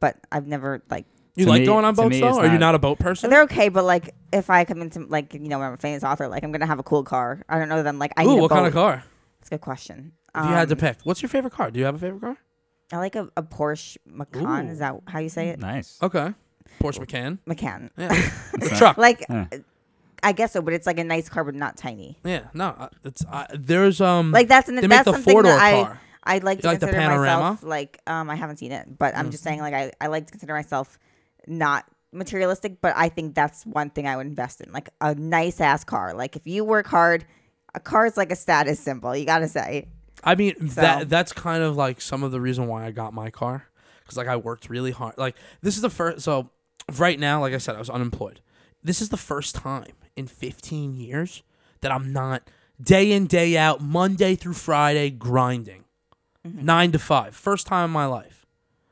But I've never like
You
To
like
me-
going on
to
boats
me,
though?
it's
Are you
not-
not a boat person?
they're okay. But like if I come into like you know when I'm a famous author, like I'm gonna have a cool car. I don't know that I'm like I
Ooh,
need a
what
boat.
kind of car?
That's a good question.
If you had to
Um,
pick, what's your favorite car? Do you have a favorite car?
I like a, a Porsche Macan. Is
Ooh.
that how you say it?
Nice.
Okay, Porsche Macan.
Macan.
Yeah,
It's not-
truck.
Like
Yeah.
I guess so, but it's like a nice car, but not tiny.
yeah, no, I- it's I, there's um
Like that's an,
they
that's
make the
something
four door
that I
car.
I'd like
You
to
like the
consider
panorama? Mm.
myself like um I haven't seen it, but I'm just saying like I, I like to consider myself not materialistic, but I think that's one thing I would invest in. Like a nice ass car. Like if you work hard, a car is like a status symbol, you gotta say.
I mean
So-
that that's kind of like some of the reason why I got my car because like I worked really hard. Like this is the first. So right now, like I said, I was unemployed. This is the first time in 15 years that I'm not day in day out, Monday through Friday grinding, nine to five. First time in my life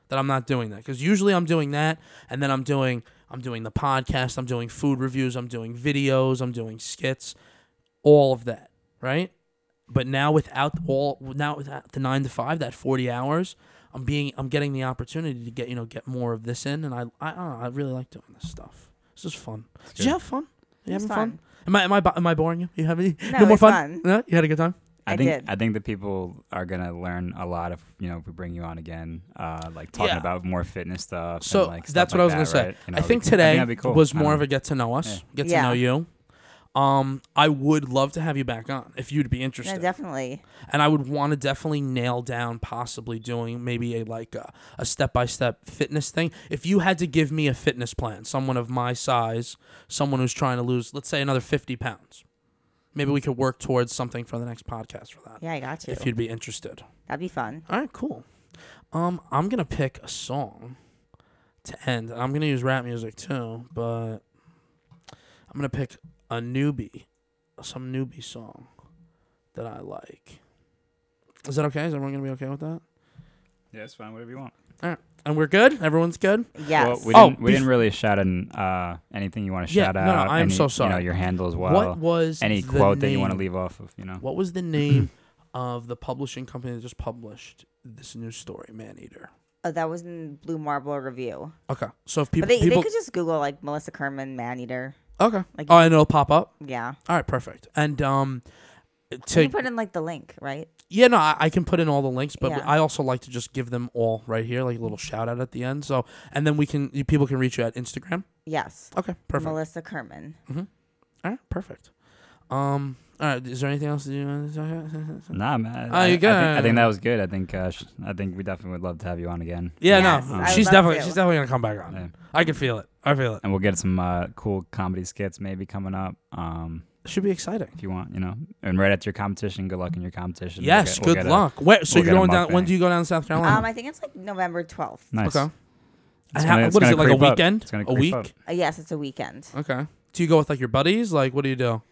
that I'm not doing that because usually I'm doing that and then I'm doing I'm doing the podcast, I'm doing food reviews, I'm doing videos, I'm doing skits, all of that, right? But now without all now without the nine to five, that forty hours, I'm being I'm getting the opportunity to get you know get more of this in, and I I I, don't know, I really like doing this stuff. This is fun. Did you have fun? You
It was
having fun? Am I am I bo- am I boring you? You have any
No,
more
it's
fun?
fun.
No, you had a good time.
I,
I
think
did.
I think the people are gonna learn a lot if you know if we bring you on again, uh, like talking
Yeah.
about more fitness stuff.
So
and, like, stuff
that's what I
like
was gonna
that,
say.
right? You know,
I
it'd
think
be-
today
that'd be cool.
was
I
more
don't
of
know.
a get to know us, get to
Yeah.
know you. Um, I would love to have you back on if you'd be
No,
interested.
definitely.
and I would want to definitely nail down possibly doing maybe a like a, a step-by-step fitness thing. If you had to give me a fitness plan, someone of my size, someone who's trying to lose, let's say another 50 pounds. Maybe we could work towards something for the next podcast for that.
Yeah, I got you.
If you'd be interested.
That'd be fun.
All right, cool. Um, I'm gonna pick a song to end. I'm gonna use rap music too, but I'm gonna pick a newbie, some newbie song that I like. Is that okay? Is everyone gonna be okay with that?
Yeah, it's fine. Whatever you want.
And we're good. Everyone's good.
Yes.
Well, we,
Oh,
didn't, we
bef-
didn't really shout in uh, anything you want to
Yeah,
shout
no, no,
out.
I'm
any-
so
You
sorry.
know, your handle as well.
what was
any
the
quote that you want to
name-
leave off of, you know?
What was the name of the publishing company that just published this news story, Man Eater?
oh, that was in Blue Marble Review.
Okay, so if people,
but they,
people
they could just Google like Melissa Kerman man eater.
okay,
like-
oh, and it'll pop up.
Yeah.
All right, perfect. And um,
Can
to
you put in like the link, right?
yeah, no, I, I can put in all the links, but
Yeah.
I also like to just give them all right here, like a little shout out at the end. So, and then we can you, people can reach you at Instagram.
Yes.
Okay, perfect.
Melissa Kerman.
all right, perfect. Um, all right, is there anything else that you want to talk about?
Nah, man.
Oh,
I,
you
I, think, I
good.
think that was good. I think uh, sh- I think we definitely would love to have you on again. Um,
Yeah,
Yes, I
no,
would
she's
love
definitely
to.
she's definitely gonna come back on.
Yeah.
I can feel it. I feel it.
And we'll get some uh, cool comedy skits maybe coming up. Um,
Should be exciting.
if you want, you know. And right after your competition, good luck in your competition. We'll
Yes,
get- we'll
good
get a-
luck. Where, so
we'll
you're
get a
going down? When
mukbang.
do you go down to South
Um,
Carolina?
I think it's like November 12th.
nice.
okay.
It's
And how-
gonna- it's
what is
gonna
it like a
creep up.
weekend?
It's gonna
A
creep
week?
up.
Uh, yes, it's a weekend.
Okay. Do you go with like your buddies? Like, what do you do?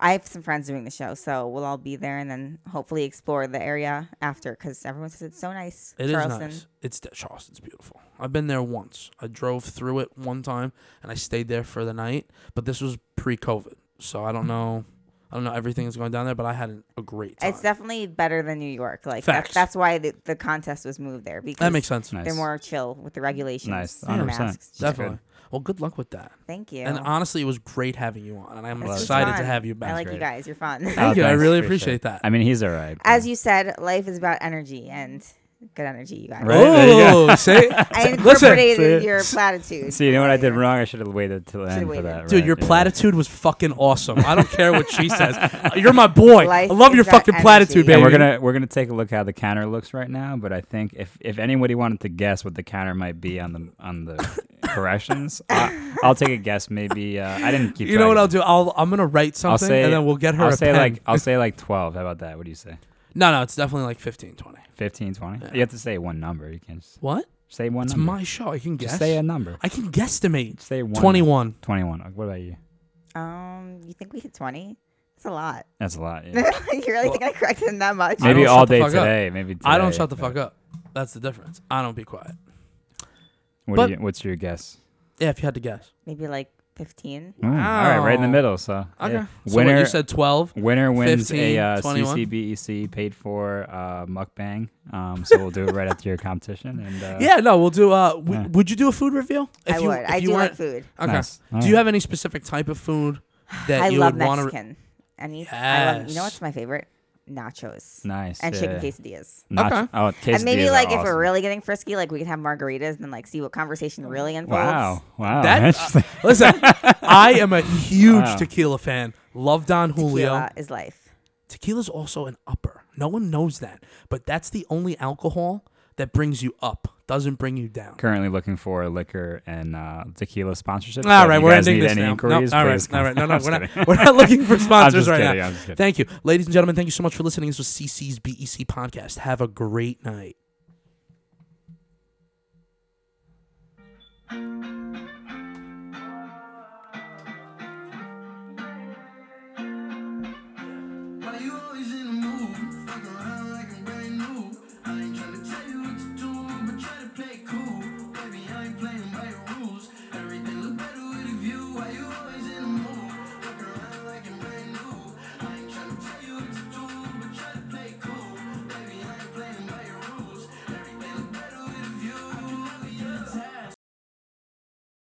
I have some friends doing the show, so we'll all be there and then hopefully explore the area after because everyone says it's so nice.
It is
Charleston.
nice. It's de- Charleston's beautiful. I've been there once. I drove through it one time and I stayed there for the night, but this was pre-COVID. So I don't know I don't know everything that's going down there, but I had an- a great time.
Hmm. It's definitely better than New York. Like that,
Facts.
that's why the, the contest was moved there because
that makes sense.
Nice.
they're more chill with the regulations.
Nice.
and the
100%.
masks.
That's
Definitely. Well, good luck with that.
Thank you.
And honestly, it was great having you on, and I'm
This was
excited to
fun.
have you
I
back.
like you
great.
guys. You're fun.
Thank you. I
thanks.
really appreciate that.
I mean, he's all right.
As you said, life is about energy and good energy, you guys.
Right, there you go.
Oh, say,
I
listen,
incorporated
see-
your platitude.
See, you know what I did wrong? I should have waited till the end for
waited.
that.
dude,
right?
your
Yeah.
platitude was fucking awesome. I don't care what she says. You're my boy.
Life
I love
is
your
about
fucking platitude,
energy.
baby.
And we're gonna we're gonna take a look how the counter looks right now. But I think if if anybody wanted to guess what the counter might be on the on the corrections, I, I'll take a guess. Maybe uh, I didn't keep.
You know what
track
I'll
of it.
do? I'll I'm gonna write
I'll
something
say
and then we'll get her
I'll
a
say
pen.
like I'll say like twelve. How about that? What do you say?
no, no, it's definitely like 15, 20.
15, 20? You have to say one number. You can't just
What?
say one
It's
number.
my show. I can guess.
Just say a number.
I can guesstimate.
Say one.
Twenty-one.
Twenty-one. Uh, What about you?
Um, you think we hit twenty? That's a lot.
That's a lot.
you
yeah.
really think I corrected him that much?
I
Maybe
don't
all
shut the
day
fuck up.
today. Maybe today.
I don't shut the fuck up. That's the difference. I don't be quiet.
What
But-
do you, what's your guess?
Yeah, if you had to guess.
Maybe like fifteen.
Mm, all right, right in the
Wow.
middle. So yeah.
Oh. Okay. So what,
winner.
you said twelve.
Winner wins
15,
a uh,
21.
CCBEC paid for uh, mukbang. Um, so we'll do it right after your competition. And uh,
Yeah, no, we'll do. Uh, w-
Yeah.
would you do a food review?
I would. I do like food.
Okay.
Nice.
Do
All
you
right.
have any specific type of food that
I
you
love
would want to?
Mexican. Any. I love, you
Yes.
know what's my favorite? Nachos
nice
and
yeah,
chicken
yeah.
quesadillas.
Not-
Okay.
Oh, quesadillas
and maybe
are
like if
awesome.
we're really getting frisky, like we could have margaritas and then like see what conversation really unfolds.
wow, wow,
That
Interesting.
uh, listen, I am a huge
Wow.
tequila fan. Love Don Julio.
Tequila is life.
Tequila's also an upper. No one knows that, but that's the only alcohol that brings you up, doesn't bring you down.
currently looking for liquor and uh, tequila sponsorship.
All
so
right,
if you
we're
guys
ending
need
this
any
now.
Inquiries,
no, all
please
right, all
come-
right. No, no, we're
I'm just
not,
kidding.
we're not looking for
I'm
sponsors
just
right
kidding,
now.
I'm just kidding.
Thank you, ladies and gentlemen. Thank you so much for listening. This was CC's BEC E podcast. Have a great night.